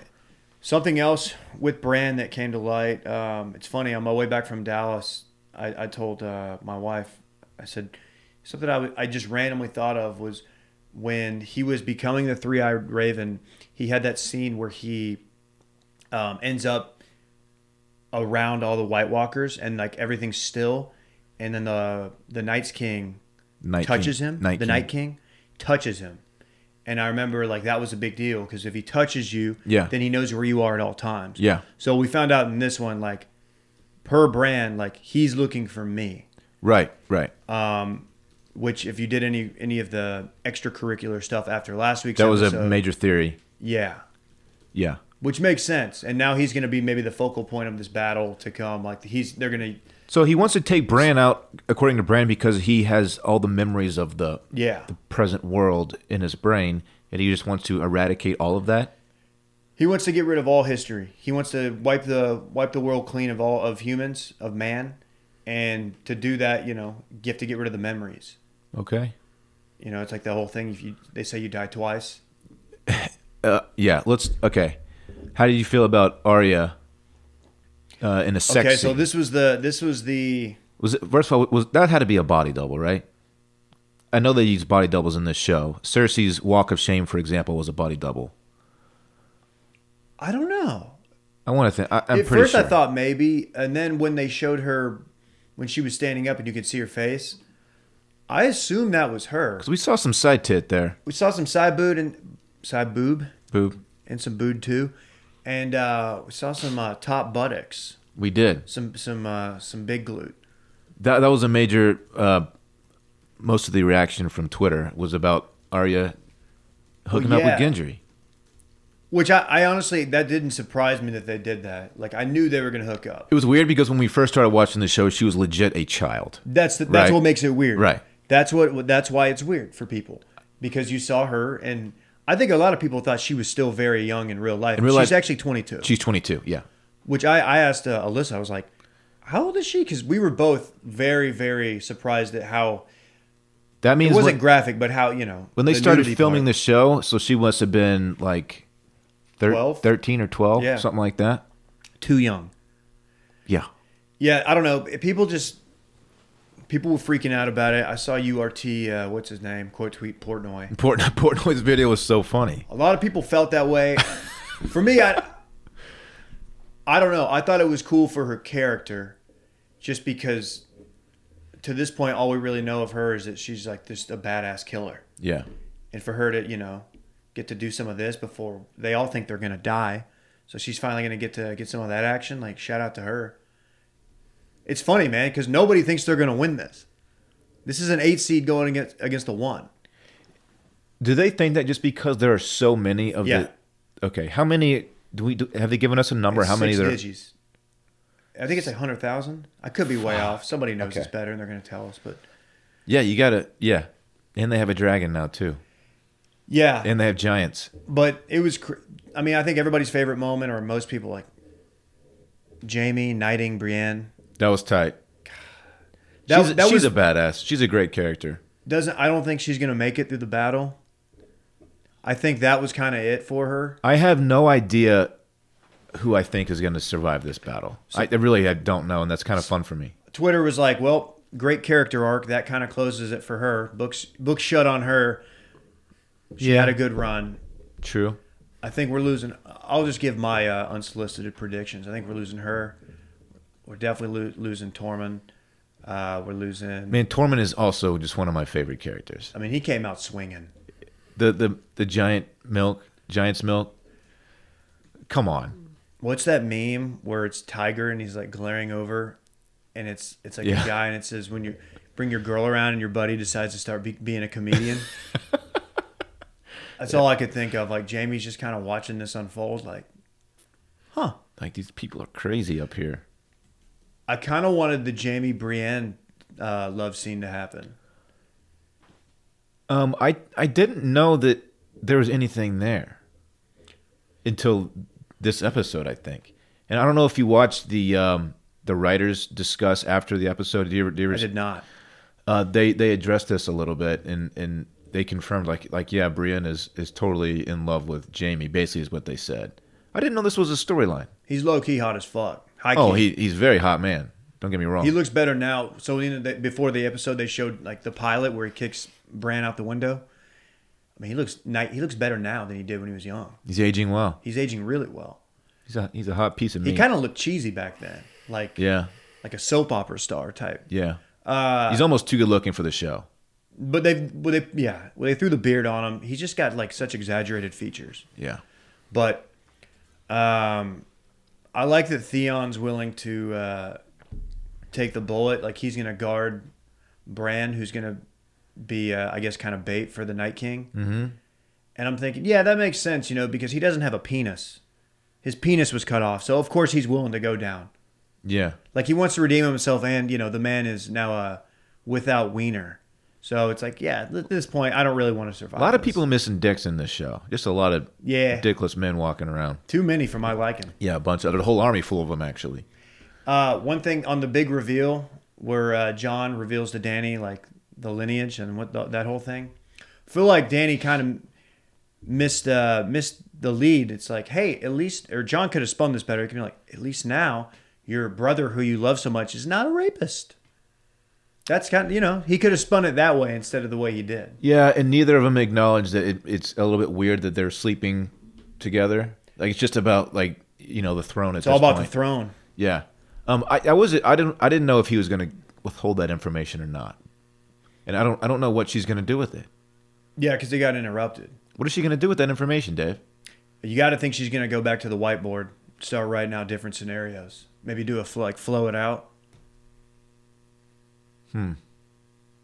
S2: something else with Brand that came to light. Um, it's funny. On my way back from Dallas, I, I told uh, my wife, I said something I, w- I just randomly thought of was when he was becoming the three eyed raven. He had that scene where he um, ends up around all the White Walkers and like everything's still, and then the the Night's King
S3: Night
S2: touches
S3: King-
S2: him.
S3: Night
S2: the
S3: King.
S2: Night King touches him, and I remember like that was a big deal because if he touches you,
S3: Yeah.
S2: then he knows where you are at all times.
S3: Yeah.
S2: So we found out in this one, like per brand, like he's looking for me.
S3: right right
S2: Um, which if you did any any of the extracurricular stuff after last week's
S3: that was a
S2: episode-
S3: major theory
S2: yeah,
S3: yeah
S2: which makes sense. And now he's going to be maybe the focal point of this battle to come. Like he's they're going to
S3: So he wants to take Bran out, according to Bran, because he has all the memories of the
S2: yeah
S3: the present world in his brain, and he just wants to eradicate all of that.
S2: He wants to get rid of all history. He wants to wipe the wipe the world clean of all of humans, of man, and to do that, you know, you have to get rid of the memories.
S3: Okay.
S2: You know, it's like the whole thing. If you they say you die twice,
S3: Uh, yeah. Let's. Okay. How did you feel about Arya? Uh, in a sex
S2: okay. So
S3: scene?
S2: this was the this was the
S3: was it, first of all was that had to be a body double, right? I know they use body doubles in this show. Cersei's Walk of Shame, for example, was a body double.
S2: I don't know.
S3: I want to think. I, I'm
S2: At
S3: pretty
S2: first,
S3: sure.
S2: I thought maybe, and then when they showed her when she was standing up and you could see her face, I assumed that was her.
S3: 'Cause we saw some side tit there.
S2: We saw some side boob and side boob
S3: Boob.
S2: and some boob too, and uh, we saw some uh, top buttocks.
S3: We did.
S2: some some uh, some big glute.
S3: That that was a major. Uh, most of the reaction from Twitter was about Arya hooking
S2: Well,
S3: up
S2: yeah.
S3: with Gendry.
S2: Which I, I honestly that didn't surprise me that they did that. Like I knew they were gonna hook up.
S3: It was weird because when we first started watching the show, she was legit a child.
S2: That's the, that's
S3: Right.
S2: what makes it weird.
S3: Right.
S2: That's what that's why it's weird for people because you saw her and I think a lot of people thought she was still very young in real life.
S3: real
S2: She's
S3: life-
S2: actually 22.
S3: She's 22. Yeah,
S2: which I I asked uh, Alyssa. I was like, how old is she? Because we were both very very surprised at how
S3: that
S2: it
S3: means
S2: wasn't
S3: when,
S2: graphic, but how you know
S3: when they
S2: the
S3: started
S2: nudity
S3: filming
S2: part.
S3: the show. So she must have been like thir-
S2: 12?
S3: 13 or 12,
S2: Yeah.
S3: something like that.
S2: too young.
S3: Yeah,
S2: Yeah, I don't know. People just people were freaking out about it. I saw URT, uh, what's his name, quote tweet Portnoy.
S3: Port Portnoy's video was so funny.
S2: A lot of people felt that way. for me, I I don't know. I thought it was cool for her character, just because to this point, all we really know of her is that she's like just a badass killer,
S3: Yeah,
S2: and for her to you know get to do some of this before they all think they're gonna die, so she's finally gonna get to get some of that action. Like shout out to her. It's funny, man, because nobody thinks they're gonna win this. This is an eight seed going against against a one.
S3: do they think that just because there are so many of
S2: Yeah.
S3: the? Okay, how many do we do, have? They given us a number?
S2: It's
S3: how many
S2: six
S3: there?
S2: digits. I think it's like hundred thousand. I could be way off. Somebody knows
S3: Okay.
S2: this better, and they're going to tell us. But
S3: Yeah, you gotta. Yeah, and they have a dragon now too,
S2: yeah,
S3: and they have giants.
S2: but it was. Cr- I mean, I think everybody's favorite moment, or most people like Jamie knighting Brienne.
S3: That was tight.
S2: That,
S3: she's,
S2: that
S3: she's
S2: was
S3: a badass. She's a great character.
S2: doesn't. I don't think she's going to make it through the battle. I think that was kind of it for her.
S3: I have no idea who I think is going to survive this battle. I, I really I don't know, and that's kind of fun for me.
S2: Twitter was like, "Well, great character arc. That kind of closes it for her. Books books shut on her. She had a good run.
S3: True.
S2: I think we're losing. I'll just give my uh, unsolicited predictions. I think we're losing her. We're definitely lo- losing Tormund. Uh, we're losing.
S3: Man, Tormund is also just one of my favorite characters.
S2: I mean, he came out swinging.
S3: The the the giant milk, giant's milk. Come on.
S2: What's that meme where it's Tiger and he's like glaring over, and it's it's like
S3: Yeah.
S2: a guy and it says when you bring your girl around and your buddy decides to start be- being a comedian. That's all I could think of. Like Jamie's just kind of watching this unfold. Like, huh?
S3: Like these people are crazy up here.
S2: I kind of wanted the Jamie Brienne uh, love scene to happen.
S3: Um, I I didn't know that there was anything there until this episode, I think. And I don't know if you watched the um, the writers discuss after the episode. Did you ever? Did you ever
S2: I did not.
S3: Uh, they they addressed this a little bit and and they confirmed like like yeah, Brienne is is totally in love with Jamie. Basically, is what they said. I didn't know this was a storyline.
S2: He's low key hot as fuck. High
S3: Oh,
S2: key.
S3: he he's a very hot man. Don't get me wrong.
S2: He looks better now. So in the, before the episode, they showed like the pilot where he kicks Bran out the window. I mean, he looks ni- he looks better now than he did when he was young.
S3: he's aging well.
S2: He's aging really well.
S3: He's a he's a hot piece of meat.
S2: He kind of looked cheesy back then, like
S3: yeah
S2: like a soap opera star type.
S3: yeah.
S2: Uh,
S3: he's almost too good looking for the show.
S2: but they well, they yeah well, they threw the beard on him. He just got like such exaggerated features.
S3: Yeah.
S2: But um, I like that Theon's willing to uh, take the bullet. Like he's going to guard Bran, who's going to be, uh, I guess, kind of bait for the Night King. Mm-hmm. And I'm thinking, yeah, that makes sense, you know, because he doesn't have a penis. His penis was cut off, so of course he's willing to go down.
S3: Yeah.
S2: Like he wants to redeem himself, and you know, the man is now uh, without wiener. So it's like, yeah, at this point, I don't really want to survive.
S3: A lot of
S2: this.
S3: people missing dicks in this show. Just a lot of
S2: Yeah.
S3: dickless men walking around.
S2: too many for my liking.
S3: Yeah, a bunch of a whole army full of them actually.
S2: Uh, one thing on the big reveal where uh, John reveals to Danny like the lineage and what the, that whole thing. feel like Danny kind of missed uh, missed the lead. It's like, hey, at least or John could have spun this better. He could be like, at least now your brother who you love so much is not a rapist. That's kind of you know he could have spun it that way instead of the way he did.
S3: Yeah, and neither of them acknowledge that it, it's a little bit weird that they're sleeping together. Like it's just about like you know the throne. At
S2: It's all about the throne.
S3: Yeah. Um, I, I was I didn't I didn't know if he was going to withhold that information or not, and I don't I don't know what she's going to do with it.
S2: Yeah, because they got interrupted.
S3: What is she going to do with that information, Dave?
S2: You got to think she's gonna go back to the whiteboard, start writing out different scenarios. Maybe do a fl- like flow it out.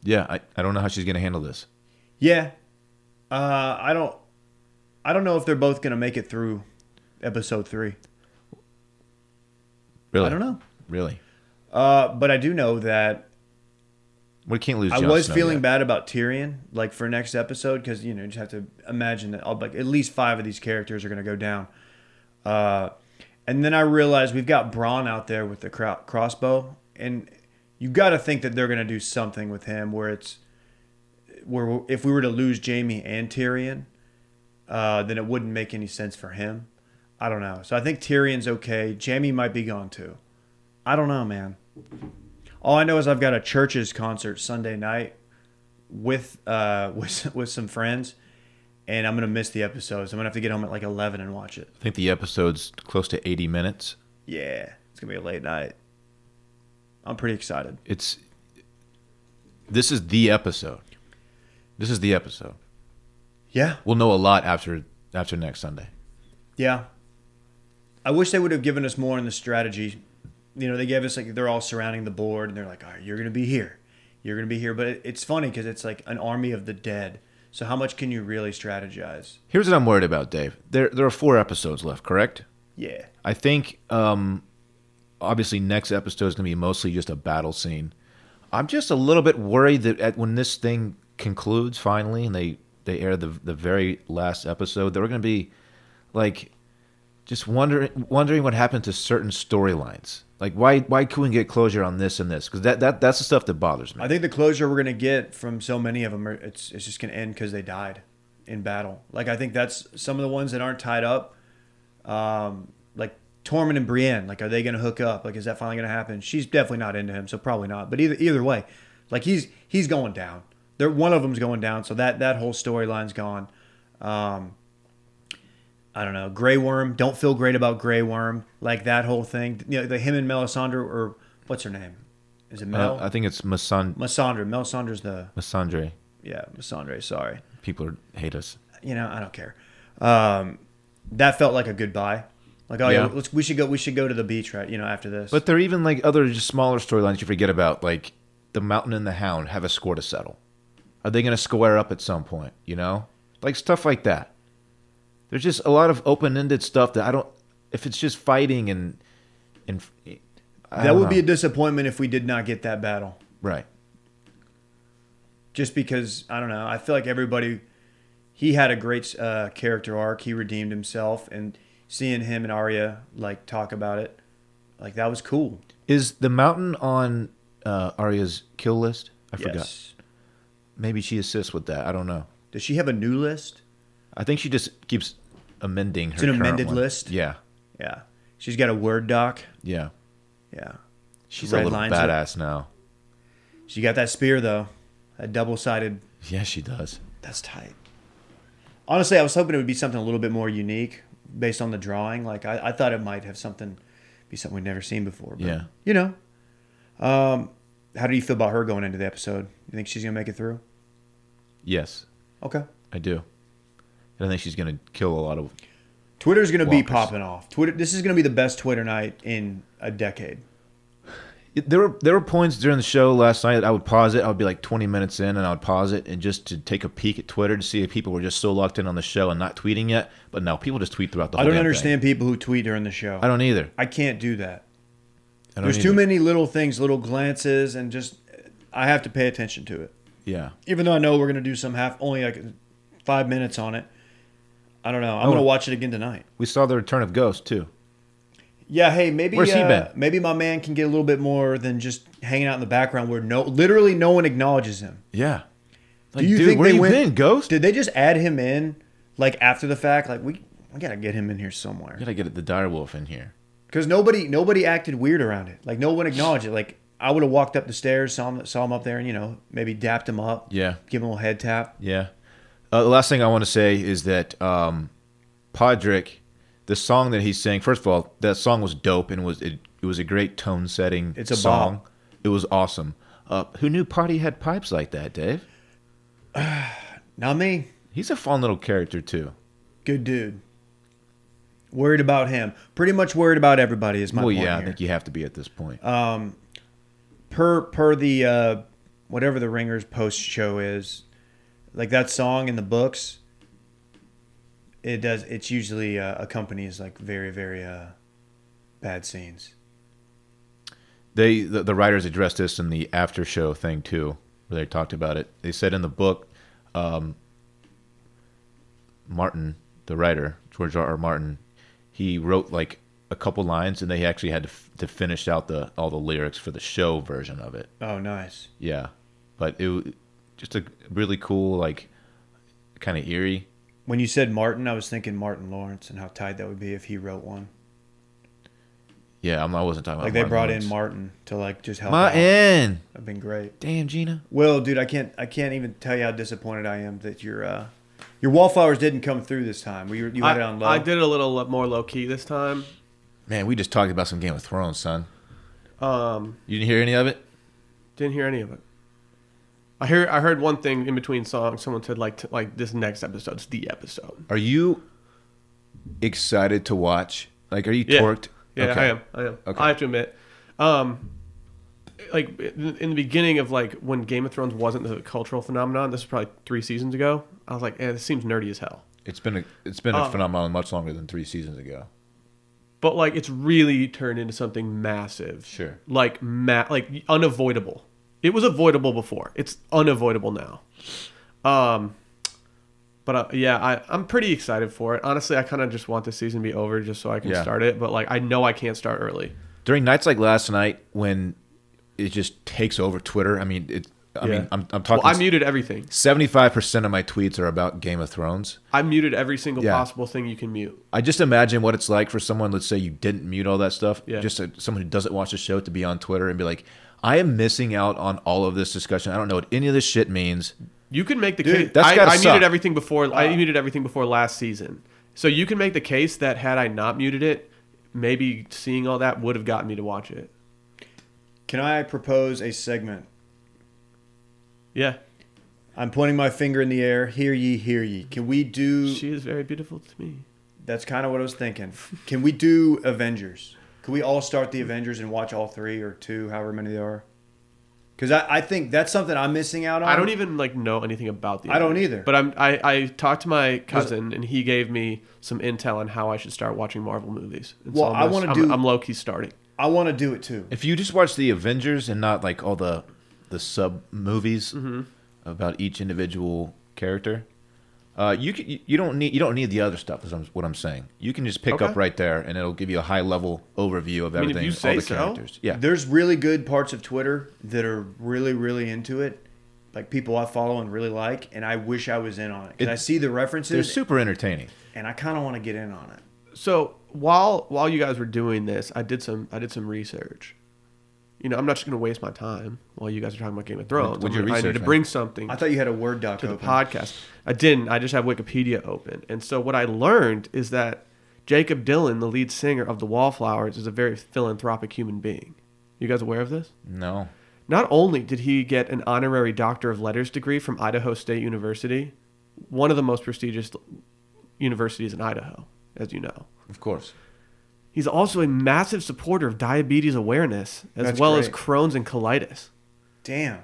S3: Yeah, I, I don't know how she's going to handle this.
S2: Yeah. Uh, I don't I don't know if they're both gonna make it through episode three.
S3: Really,
S2: I don't know.
S3: Really,
S2: Uh, but I do know that
S3: we can't lose.
S2: I
S3: Jon
S2: was
S3: Snow
S2: feeling
S3: yet.
S2: bad about Tyrion, like for next episode, because you know you just have to imagine that all, like at least five of these characters are gonna go down. Uh, and then I realized we've got Braun out there with the cro- crossbow, and you got to think that they're gonna do something with him where it's where if we were to lose Jamie and Tyrion, uh, then it wouldn't make any sense for him. I don't know. So I think Tyrion's okay. Jamie might be gone too. I don't know, man. All I know is I've got a churches concert Sunday night with uh with with some friends, and I'm gonna miss the episodes. I'm gonna have to get home at like eleven and watch it.
S3: I think the episode's close to eighty minutes.
S2: Yeah, it's gonna be a late night. I'm pretty excited.
S3: It's this is the episode. This is the episode.
S2: Yeah,
S3: We'll know a lot after after next Sunday.
S2: yeah. I wish they would have given us more on the strategy. You know, they gave us like they're all surrounding the board, and they're like, "All right, you're gonna be here, you're gonna be here." But it, it's funny because it's like an army of the dead. So how much can you really strategize?
S3: Here's what I'm worried about, Dave. There there are four episodes left, correct?
S2: Yeah.
S3: I think um, obviously next episode is going to be mostly just a battle scene. I'm just a little bit worried that at, when this thing concludes finally and they they air the the very last episode, they're going to be like just wondering wondering what happened to certain storylines. Like why why couldn't we get closure on this and this? Because that, that that's the stuff that bothers me.
S2: I think the closure we're gonna get from so many of them, are, it's it's just gonna end because they died in battle. Like I think that's some of the ones that aren't tied up, um, like Tormund and Brienne. Like, are they gonna hook up? Like, is that finally gonna happen? She's definitely not into him, so probably not. But either either way, like he's he's going down. There, one of them's going down, so that that whole storyline's gone. Um, I don't know. Grey Worm. Don't feel great about Grey Worm. Like that whole thing. You know, the him and Melisandre, or what's her name? Is it Mel?
S3: Uh, I think it's Masan
S2: Masandra. Mel Saunders the
S3: Masandre.
S2: yeah, Masandre, sorry.
S3: People are, hate us.
S2: You know, I don't care. Um that felt like a goodbye. Like oh yeah,
S3: Yeah.
S2: let's we should go we should go to the beach right, you know, after this.
S3: But there are even like other just smaller storylines you forget about, like the Mountain and the Hound have a score to settle. Are they going to square up at some point? You know, like stuff like that. There's just a lot of open-ended stuff that I don't. If it's just fighting and and I
S2: that
S3: don't
S2: would be
S3: know.
S2: a disappointment if we did not get that battle.
S3: right.
S2: Just because I don't know, I feel like everybody. He had a great uh, character arc. He redeemed himself, and seeing him and Arya like talk about it, like that was cool.
S3: Is the mountain on uh, Arya's kill list? I forgot.
S2: Yes.
S3: Maybe she assists with that. I don't know.
S2: Does she have a new list?
S3: I think she just keeps amending her.
S2: an
S3: current
S2: amended
S3: one.
S2: list?
S3: Yeah,
S2: Yeah, she's got a word doc.
S3: yeah.
S2: Yeah,
S3: She's
S2: Red
S3: a little
S2: lines are-
S3: badass now.
S2: she got that spear though, a double sided.
S3: Yeah, she does.
S2: That's tight. Honestly, I was hoping it would be something a little bit more unique based on the drawing. Like I, I thought it might have something be something we'd never seen before. But,
S3: Yeah.
S2: You know. Um how do you feel about her going into the episode? You think she's gonna make it through?
S3: Yes,
S2: Okay.
S3: I do. And I think she's gonna kill a lot of.
S2: Twitter's gonna be
S3: Walkers.
S2: popping off. Twitter this is gonna be the best Twitter night in a decade.
S3: It- There were there were points during the show last night. I would pause it. I would be like twenty minutes in, and I would pause it and just to take a peek at Twitter to see if people were just so locked in on the show and not tweeting yet. But no, people just tweet throughout the.
S2: I
S3: whole
S2: don't
S3: damn thing.
S2: understand people who tweet during the show.
S3: I don't either.
S2: I can't do that.
S3: I don't
S2: There's too
S3: either.
S2: many little things, little glances, and just I have to pay attention to it.
S3: Yeah.
S2: even though I know we're gonna do some half only like five minutes on it. I don't know. I'm
S3: Oh.
S2: gonna watch it again tonight.
S3: We saw the return of Ghost too.
S2: Yeah, hey, maybe
S3: Where's he
S2: uh,
S3: been?
S2: maybe my man can get a little bit more than just hanging out in the background where no literally no one acknowledges him.
S3: Yeah.
S2: Do you think
S3: where
S2: they
S3: you
S2: went-
S3: been, Ghost?
S2: Did they just add him in like after the fact? Like we we gotta get him in here somewhere
S3: gotta get the direwolf in here.
S2: because nobody nobody acted weird around it. Like no one acknowledged it. Like I would have walked up the stairs, saw him saw him up there, and you know maybe dapped him up,
S3: Yeah.
S2: give him a little head tap.
S3: Yeah. Uh, the last thing I want to say is that um, Podrick, the song that he sang. First of all, that song was dope and was it, it was a great tone setting.
S2: It's a
S3: song.
S2: bop.
S3: It was awesome. Uh, who knew Potty had pipes like that, Dave?
S2: Not me.
S3: He's a fun little character too.
S2: good dude. Worried about him. Pretty much worried about everybody is my
S3: well,
S2: point
S3: yeah, I
S2: here.
S3: think you have to be at this point.
S2: per per the uh, whatever the Ringers post show is, like that song in the books. It does. It's usually uh, accompanies like very very uh, bad scenes.
S3: they the, the writers addressed this in the after show thing too where they talked about it they said in the book um, martin the writer george r r martin he wrote like a couple lines and they actually had to, f- to finish out the all the lyrics for the show version of it
S2: Oh, nice.
S3: yeah but it w- just a really cool like kind of eerie
S2: When you said Martin, I was thinking Martin Lawrence and how tight that would be if he wrote one.
S3: yeah I'm, i wasn't talking about
S2: Like they brought in
S3: Oh, Lawrence.
S2: Martin to like just help. out.
S3: martin
S2: That'd been great.
S3: damn gina
S2: Well, dude, I can't I can't even tell you how disappointed I am that your uh, your wallflowers didn't come through this time. We you had it
S1: I,
S2: on low.
S1: I did it a little lo- more low key this time.
S3: man we just talked about some game of thrones son
S1: Um,
S3: you didn't hear any of it
S1: didn't hear any of it. I hear I heard one thing in between songs. Someone said like t- like this next episode's the episode.
S3: Are you excited to watch? Like, are you
S1: Yeah.
S3: torqued?
S1: Yeah, I am. I am.
S3: Okay.
S1: I have to admit, um, like in in the beginning of like when Game of Thrones wasn't the cultural phenomenon. This was probably three seasons ago. I was like, eh, this seems nerdy as hell.
S3: It's been a it's been a
S1: Um,
S3: phenomenon much longer than three seasons ago.
S1: But like, it's really turned into something massive.
S3: Sure.
S1: Like ma- like unavoidable. It was avoidable before. It's unavoidable now. Um, but uh, yeah, I, I'm pretty excited for it. Honestly, I kind of just want this season to be over just so I can
S3: Yeah.
S1: start it. But like, I know I can't start early.
S3: During nights like last night, when it just takes over Twitter. I mean, it. I
S1: Yeah.
S3: mean, I'm I'm
S1: Well, I
S3: talking.
S1: muted everything.
S3: Seventy five percent of my tweets are about Game of Thrones.
S1: I muted every single
S3: Yeah.
S1: possible thing you can mute.
S3: I just imagine what it's like for someone. Let's say you didn't mute all that stuff.
S1: Yeah.
S3: Just a, someone who doesn't watch the show to be on Twitter and be like, I am missing out on all of this discussion. I don't know what any of this shit means.
S1: You can make the
S2: Dude,
S1: case.
S3: that's
S1: I,
S3: gotta
S1: I
S3: suck. Uh.
S1: muted everything before. I muted everything before last season, so you can make the case that had I not muted it, maybe seeing all that would have gotten me to watch it.
S2: Can I propose a segment?
S1: Yeah,
S2: I'm pointing my finger in the air. Hear ye, hear ye. Can we do?
S1: she is very beautiful to me.
S2: That's kind of what I was thinking. Can we do Avengers? Can we all start the Avengers and watch all three or two, however many there are? Because I, I think that's something I'm missing out on.
S1: I don't even like know anything about the.
S2: I don't
S1: Avengers,
S2: either.
S1: But I'm. I, I talked to my cousin and he gave me some intel on how I should start watching Marvel movies. And
S2: Well,
S1: I'm
S2: I
S1: gonna-
S2: wanna
S1: I'm-
S2: do-
S1: I'm low key starting.
S2: I want to do it too.
S3: If you just watch the Avengers and not like all the the sub movies
S1: Mm-hmm.
S3: about each individual character, uh, you can, you- you don't need you don't need the other stuff. Is what I'm saying. You can just pick
S1: Okay.
S3: up right there, and it'll give you a high level overview of
S1: mean, if
S3: everything.
S1: you say
S3: all the
S1: so.
S3: characters. Yeah.
S2: There's really good parts of Twitter that are really, really into it. Like people I follow and really like, and I wish I was in on it because
S3: It-
S2: I see the
S3: They're
S2: references
S3: super entertaining.
S2: and I kind of want to get in on it.
S1: So while while you guys were doing this, I did some I did some research. You know, I'm not just going to waste my time while you guys are talking about Game of Thrones. I'm
S3: what'd you
S1: gonna- I need
S3: research,
S1: to
S3: man?
S1: bring something
S2: I thought you had a Word doc
S1: to the
S2: open.
S1: podcast. I didn't. I just have Wikipedia open. And so what I learned is that Jacob Dylan, the lead singer of the Wallflowers, is a very philanthropic human being. You guys aware of this?
S3: No.
S1: Not only did he get an honorary Doctor of Letters degree from Idaho State University, one of the most prestigious universities in Idaho, as you know.
S3: Of course.
S1: He's also a massive supporter of diabetes awareness, as
S2: That's
S1: well as
S2: great.
S1: Crohn's and colitis.
S2: Damn.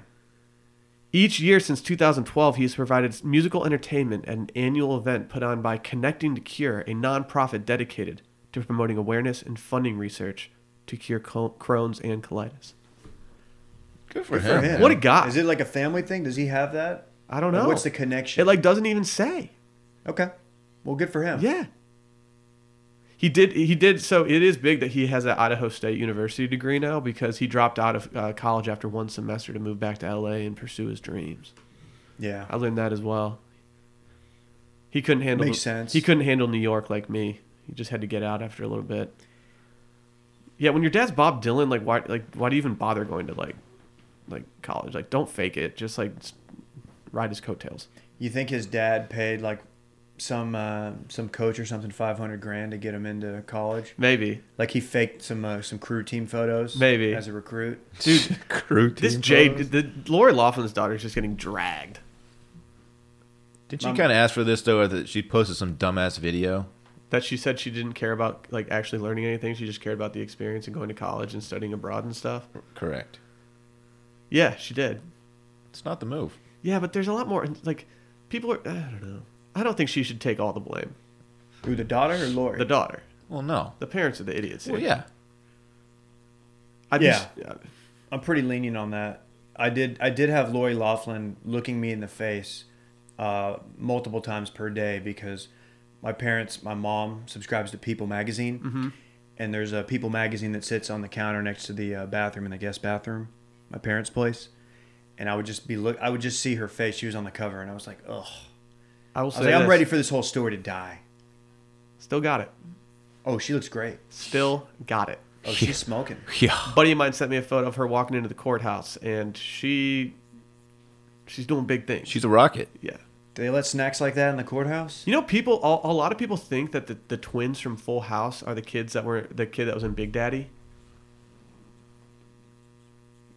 S1: Each year since 2012, he has provided musical entertainment at an annual event put on by Connecting to Cure, a nonprofit dedicated to promoting awareness and funding research to cure co- Crohn's and colitis.
S3: Good for
S2: For
S3: him.
S2: him.
S1: What a guy.
S2: Is it like a family thing? Does he have that?
S1: I don't
S2: Like,
S1: know.
S2: What's the connection?
S1: It like doesn't even say.
S2: okay. Well, good for him.
S1: Yeah. He did. He did. So it is big that he has an Idaho State University degree now because he dropped out of uh, college after one semester to move back to LA and pursue his dreams.
S2: Yeah.
S1: I learned that as well. He couldn't handle
S2: Makes sense.
S1: He couldn't handle New York like me. He just had to get out after a little bit. Yeah, when your dad's Bob Dylan, like why like why do you even bother going to like like college? Like don't fake it. Just like s- ride his coattails.
S2: You think his dad paid like some uh, some coach or something five hundred grand to get him into college?
S1: Maybe.
S2: Like he faked some uh, some crew team photos,
S1: Maybe.
S2: as a recruit.
S1: Dude,
S3: Crew
S1: this
S3: team
S1: Jade
S3: photos.
S1: the Lori Laughlin's daughter is just getting dragged.
S3: Did
S1: Um,
S3: she kind of ask for this though, or that she posted some dumbass video?
S1: That she said she didn't care about like actually learning anything. She just cared about the experience and going to college and studying abroad and stuff.
S3: Correct.
S1: Yeah, she did.
S3: It's not the move.
S1: Yeah, but there's a lot more. Like, people are. I don't know. I don't think she should take all the blame.
S2: Who the daughter or Lori?
S1: The daughter,
S3: Well, no.
S1: the parents are the idiots.
S3: Well,
S1: here.
S3: yeah.
S1: I
S2: Yeah.
S1: just- yeah.
S2: I'm pretty lenient on that. I did I did have Lori Laughlin looking me in the face uh, multiple times per day because my parents, my mom subscribes to People magazine, and there's a People magazine that sits on the counter next to the uh, bathroom in the guest bathroom, my parents' place, and I would just be look I would just see her face. She was on the cover, and I was like, ugh.
S1: I will
S2: I
S1: say.
S2: was like, I'm
S1: this.
S2: ready for this whole story to die.
S1: Still got it.
S2: Oh, she looks great.
S1: Still got it.
S2: Oh, she's smoking.
S3: Yeah.
S1: buddy of mine sent me a photo of her walking into the courthouse, and she, she's doing big things.
S3: She's a rocket.
S1: yeah.
S2: Do they let snacks like that in the courthouse?
S1: You know, people. A, a lot of people think that the, the twins from Full House are the kids that were the kid that was in Big Daddy.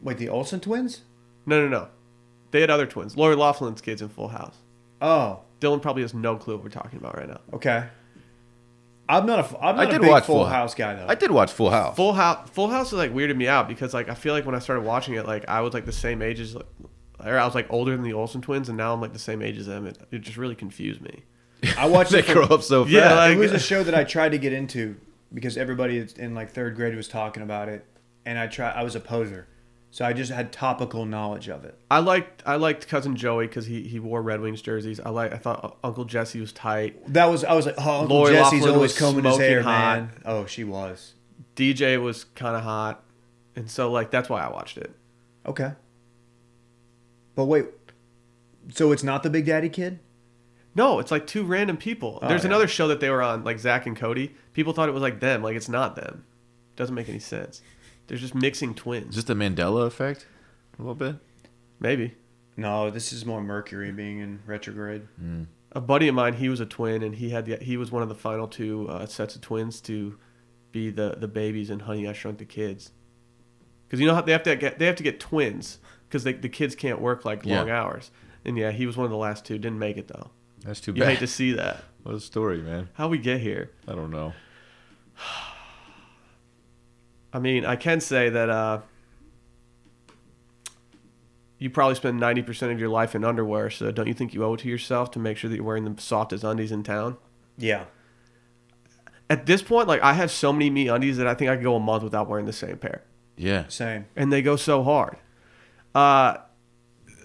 S2: Wait, the Olsen twins?
S1: No, no, no. They had other twins. Lori Laughlin's kids in Full House.
S2: Oh,
S1: Dylan probably has no clue what we're talking about right now.
S2: Okay. I'm not a I'm
S3: I
S2: not a
S3: did
S2: big
S3: watch
S2: Full
S3: Full
S2: House guy though.
S3: I did watch Full House.
S1: Full House. Full House is like weirded me out because like I feel like when I started watching it, like I was like the same age as, like, or I was like older than the Olsen twins, and now I'm like the same age as them. It, it just really confused me.
S2: I watched
S3: they
S2: it.
S3: grow
S2: For,
S3: up so fast.
S1: Yeah, like-
S2: it was a show that I tried to get into because everybody in like third grade was talking about it, and I try I was a poser, so I just had topical knowledge of it.
S1: I liked I liked cousin Joey because he he wore Red Wings jerseys. I like I thought Uncle Jesse was tight.
S2: That was I was like, oh, Uncle
S1: Lori
S2: Jesse's
S1: Loughlin
S2: always
S1: was
S2: combing his hair,
S1: smoking hot.
S2: man. Oh, she was
S1: DJ was kind of hot, and so like that's why I watched it.
S2: okay. But wait, so it's not the Big Daddy Kid?
S1: No, it's like two random people. There's
S2: yeah.
S1: another show that they were on, like Zach and Cody. People thought it was like them. Like it's not them. Doesn't make any sense. They're just mixing
S3: Is
S1: twins.
S3: this the Mandela effect? A little bit.
S1: Maybe.
S2: No, this is more Mercury being in retrograde.
S3: Mm.
S1: a buddy of mine, he was a twin, and he had the, he was one of the final two uh, sets of twins to be the the babies in Honey I Shrunk the Kids. Because you know how they have to get they have to get twins because the kids can't work like
S3: Yeah.
S1: long hours. And yeah, he was one of the last two. Didn't make it though.
S3: That's too
S1: You
S3: bad.
S1: hate to see that.
S3: What a story, man.
S1: How we get here?
S3: I don't know.
S1: I mean, I can say that uh, you probably spend ninety percent of your life in underwear. So don't you think you owe it to yourself to make sure that you're wearing the softest undies in town?
S2: Yeah,
S1: at this point, like I have so many me undies that I think I could go a month without wearing the same pair,
S3: Yeah.
S2: Same.
S1: and they go so hard. Uh,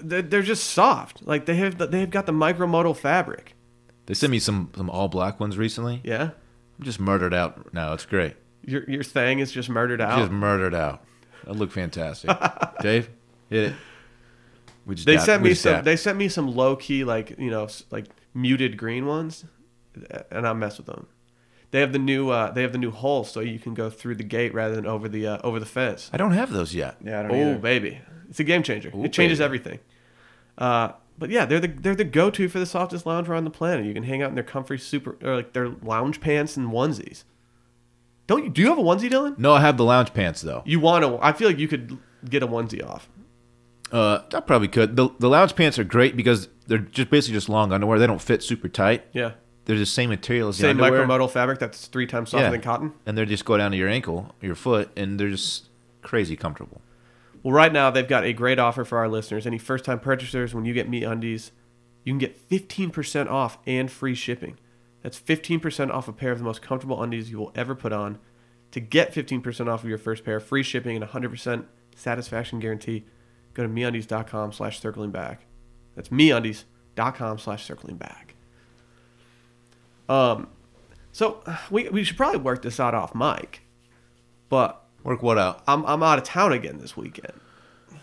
S1: they're, they're just soft. Like they have the, they've got the micromodal fabric.
S3: They sent me some some all black ones recently.
S1: Yeah,
S3: I'm just murdered out now. It's great.
S1: your your thing is just murdered out.
S3: Just murdered out. I look fantastic. Dave, hit it. We just
S1: They
S3: dab-
S1: sent
S3: we
S1: me
S3: just
S1: some.
S3: dab.
S1: They sent me some low key, like you know, s- like muted green ones, and I mess with them. They have the new. Uh, they have the new hole, so you can go through the gate rather than over the uh, over the fence.
S3: I don't have those yet.
S2: Yeah, I don't
S1: Oh
S2: either.
S1: baby, it's a game changer.
S3: Ooh,
S1: it changes
S3: baby.
S1: everything. Uh, but yeah, they're the they're the go to for the softest lounger on the planet. You can hang out in their comfy super or like their lounge pants and onesies. Don't you? Do you have a onesie, Dylan?
S3: No, I have the lounge pants though.
S1: You want to? I feel like you could get a onesie off.
S3: Uh, I probably could. The, the lounge pants are great because they're just basically just long underwear. They don't fit super tight.
S1: Yeah.
S3: They're the same material as the
S1: Same
S3: underwear.
S1: micromodal fabric that's three times softer
S3: Yeah.
S1: than cotton.
S3: and they just go down to your ankle, your foot, and they're just crazy comfortable.
S1: Well, right now they've got a great offer for our listeners. Any first-time purchasers, when you get Me Undies, you can get 15% off and free shipping. That's 15% off a pair of the most comfortable undies you will ever put on. To get 15% off of your first pair, free shipping and 100% satisfaction guarantee, go to MeUndies.com slash circling back. That's MeUndies.com slash circling back. Um, so uh, we, we should probably work this out off mic, but
S3: Work what out?
S1: I'm I'm out of town again this weekend.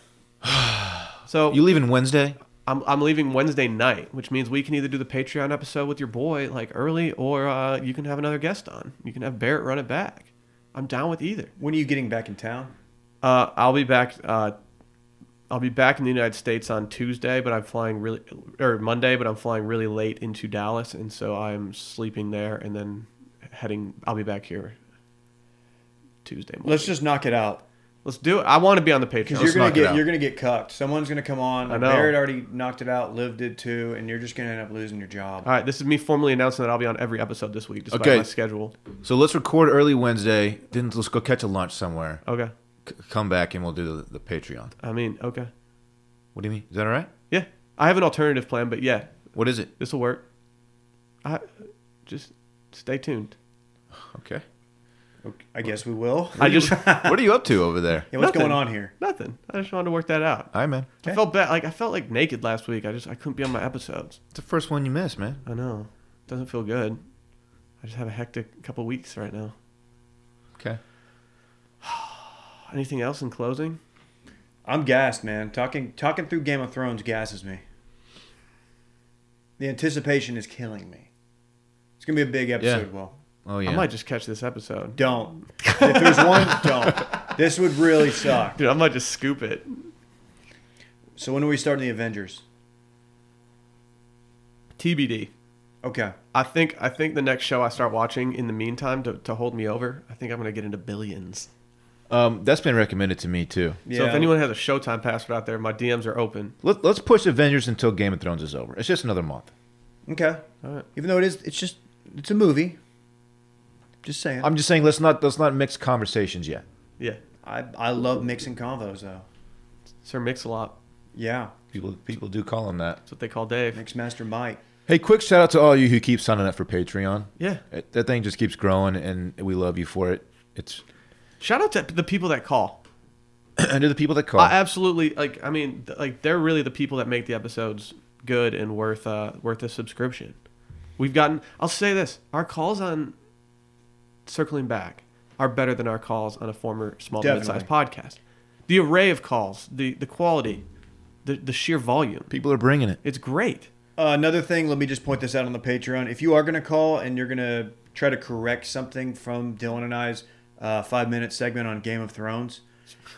S1: So
S3: You leaving Wednesday?
S1: I'm I'm leaving Wednesday night, which means we can either do the Patreon episode with your boy like early, or uh, you can have another guest on. You can have Barrett run it back. I'm down with either.
S2: When are you getting back in town?
S1: Uh, I'll be back. Uh, I'll be back in the United States on Tuesday, but I'm flying really or Monday, but I'm flying really late into Dallas, and so I'm sleeping there and then heading. I'll be back here Tuesday morning.
S2: Let's just knock it out
S1: Let's do it. I want to be on the Patreon.
S2: because
S3: Let's
S2: you're gonna
S3: knock it
S2: get
S3: out.
S2: you're gonna get cucked. Someone's gonna come on.
S1: I know.
S2: Barrett already knocked it out. Liv did too, and you're just gonna end up losing your job.
S1: All right, this is me formally announcing that I'll be on every episode this week, despite
S3: Okay.
S1: my schedule.
S3: So let's record early Wednesday. Then let's go catch a lunch somewhere.
S1: Okay.
S3: C- come back and we'll do the, the Patreon.
S1: I mean, okay.
S3: What do you mean? Is that all right?
S1: Yeah, I have an alternative plan, but yeah,
S3: What is it?
S1: this will work. I just stay tuned.
S3: Okay.
S2: Okay, I guess we will.
S1: I just
S3: what are you up to over there?
S2: Yeah, what's
S1: Nothing.
S2: going on here?
S1: nothing. I just wanted to work that out.
S3: Hi, man.
S1: I felt bad. Like I felt like naked last week. I just I couldn't be on my episodes.
S3: It's the first one you missed, man.
S1: I know. Doesn't feel good. I just have a hectic couple weeks right now.
S3: Okay.
S1: Anything else in closing?
S2: I'm gassed, man. Talking talking through Game of Thrones gasses me. The anticipation is killing me. It's gonna be a big episode,
S3: Yeah.
S2: Will.
S3: Oh yeah.
S1: I might just catch this episode.
S2: Don't. If there's one, don't. This would really suck.
S1: Dude, I might just scoop it.
S2: So when are we starting the Avengers?
S1: TBD.
S2: Okay.
S1: I think I think the next show I start watching in the meantime to, to hold me over, I think I'm gonna get into billions.
S3: um, that's been recommended to me too.
S2: Yeah.
S1: So if anyone has a Showtime password out there, my DMs are open.
S3: Let, let's push Avengers until Game of Thrones is over. It's just another month.
S2: Okay.
S1: All right.
S2: Even though it is, it's just it's a movie. Just saying.
S3: I'm just saying let's not let's not mix conversations yet.
S1: Yeah.
S2: I I love mixing convos though.
S1: Sir Mix a lot.
S2: Yeah.
S3: People people do call them that.
S1: That's what they call Dave.
S2: Mix Master Mike.
S3: Hey, quick shout out to all you who keep signing up for Patreon.
S1: Yeah.
S3: It- That thing just keeps growing, and we love you for it. It's
S1: Shout out to the people that call.
S3: and to the people that call.
S1: I absolutely like. I mean, th- like they're really the people that make the episodes good and worth uh worth a subscription. We've gotten. I'll say this: our calls on circling back are better than our calls on a former small to
S2: Definitely.
S1: mid-sized podcast. The array of calls, the the quality, the the sheer volume.
S3: people are bringing it.
S1: It's great.
S2: Uh, another thing, let me just point this out on the Patreon. If you are going to call and you're going to try to correct something from Dylan and I's uh, five minute segment on Game of Thrones,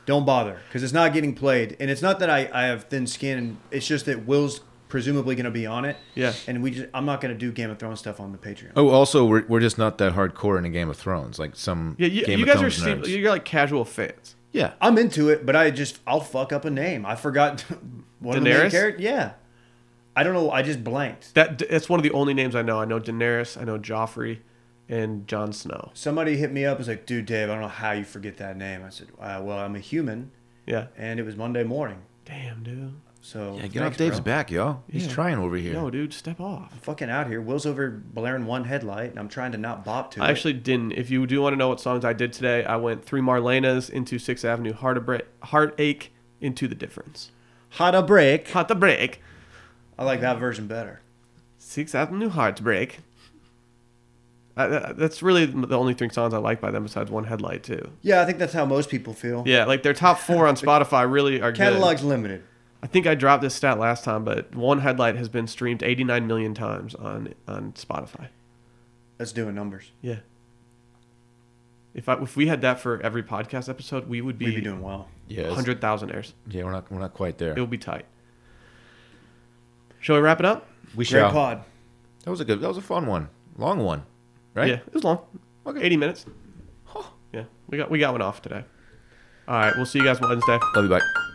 S2: don't bother because it's not getting played. And it's not that I, I have thin skin, it's just that Will's presumably going to be on it.
S1: Yeah.
S2: And we just, I'm not going to do Game of Thrones stuff on the Patreon.
S3: Oh, also we're, we're just not that hardcore in a Game of Thrones like some
S1: Yeah, you,
S3: Game
S1: you
S3: of
S1: guys are
S3: Thrones
S1: seem-
S3: nerds.
S1: you're like casual fans.
S3: yeah,
S2: I'm into it, but I just, I'll fuck up a name. I forgot one of the main
S1: Daenerys?
S2: characters. Yeah. I don't know. I just blanked.
S1: That that's one of the only names I know. I know Daenerys, I know Joffrey, and Jon Snow.
S2: Somebody hit me up and was like, dude, Dave, I don't know how you forget that name. I said, uh, well, I'm a human.
S1: Yeah.
S2: and it was Monday morning.
S1: Damn, dude.
S2: So
S3: Yeah, get
S2: thanks,
S3: off Dave's
S2: bro.
S3: back, y'all. He's
S1: Yeah.
S3: trying over here.
S1: No, dude, step off.
S2: I'm fucking out here. Will's over blaring one headlight, and I'm trying to not bop to
S1: I
S2: it.
S1: actually didn't. If you do want to know what songs I did today, I went three Marlenas into Sixth Avenue, Heartabra- Heartache into the Difference.
S2: Hot a break.
S1: Hot the break.
S2: I like that version better.
S1: Sixth Avenue Heartbreak. I, that, Uh, that's really the only three songs I like by them besides One Headlight too.
S2: Yeah, I think that's how most people feel.
S1: Yeah, like their top four on Spotify really are
S2: Catalog's
S1: good.
S2: limited.
S1: I think I dropped this stat last time, but One Headlight has been streamed 89 million times on on Spotify.
S2: That's doing numbers.
S1: Yeah. If I, if we had that for every podcast episode, we would be,
S2: We'd be doing well.
S3: Yeah, it's-
S1: 100,000 airs.
S3: yeah, we're not we're not quite there.
S1: It'll be tight. Shall we wrap it up?
S3: We
S2: Great
S3: shall.
S2: pod.
S3: That was a good. That was a fun one. Long one, right?
S1: Yeah, it was long.
S3: Okay.
S1: 80 minutes.
S3: Huh.
S1: Yeah, we got we got one off today. All right, we'll see you guys Wednesday.
S3: Love you. Bye.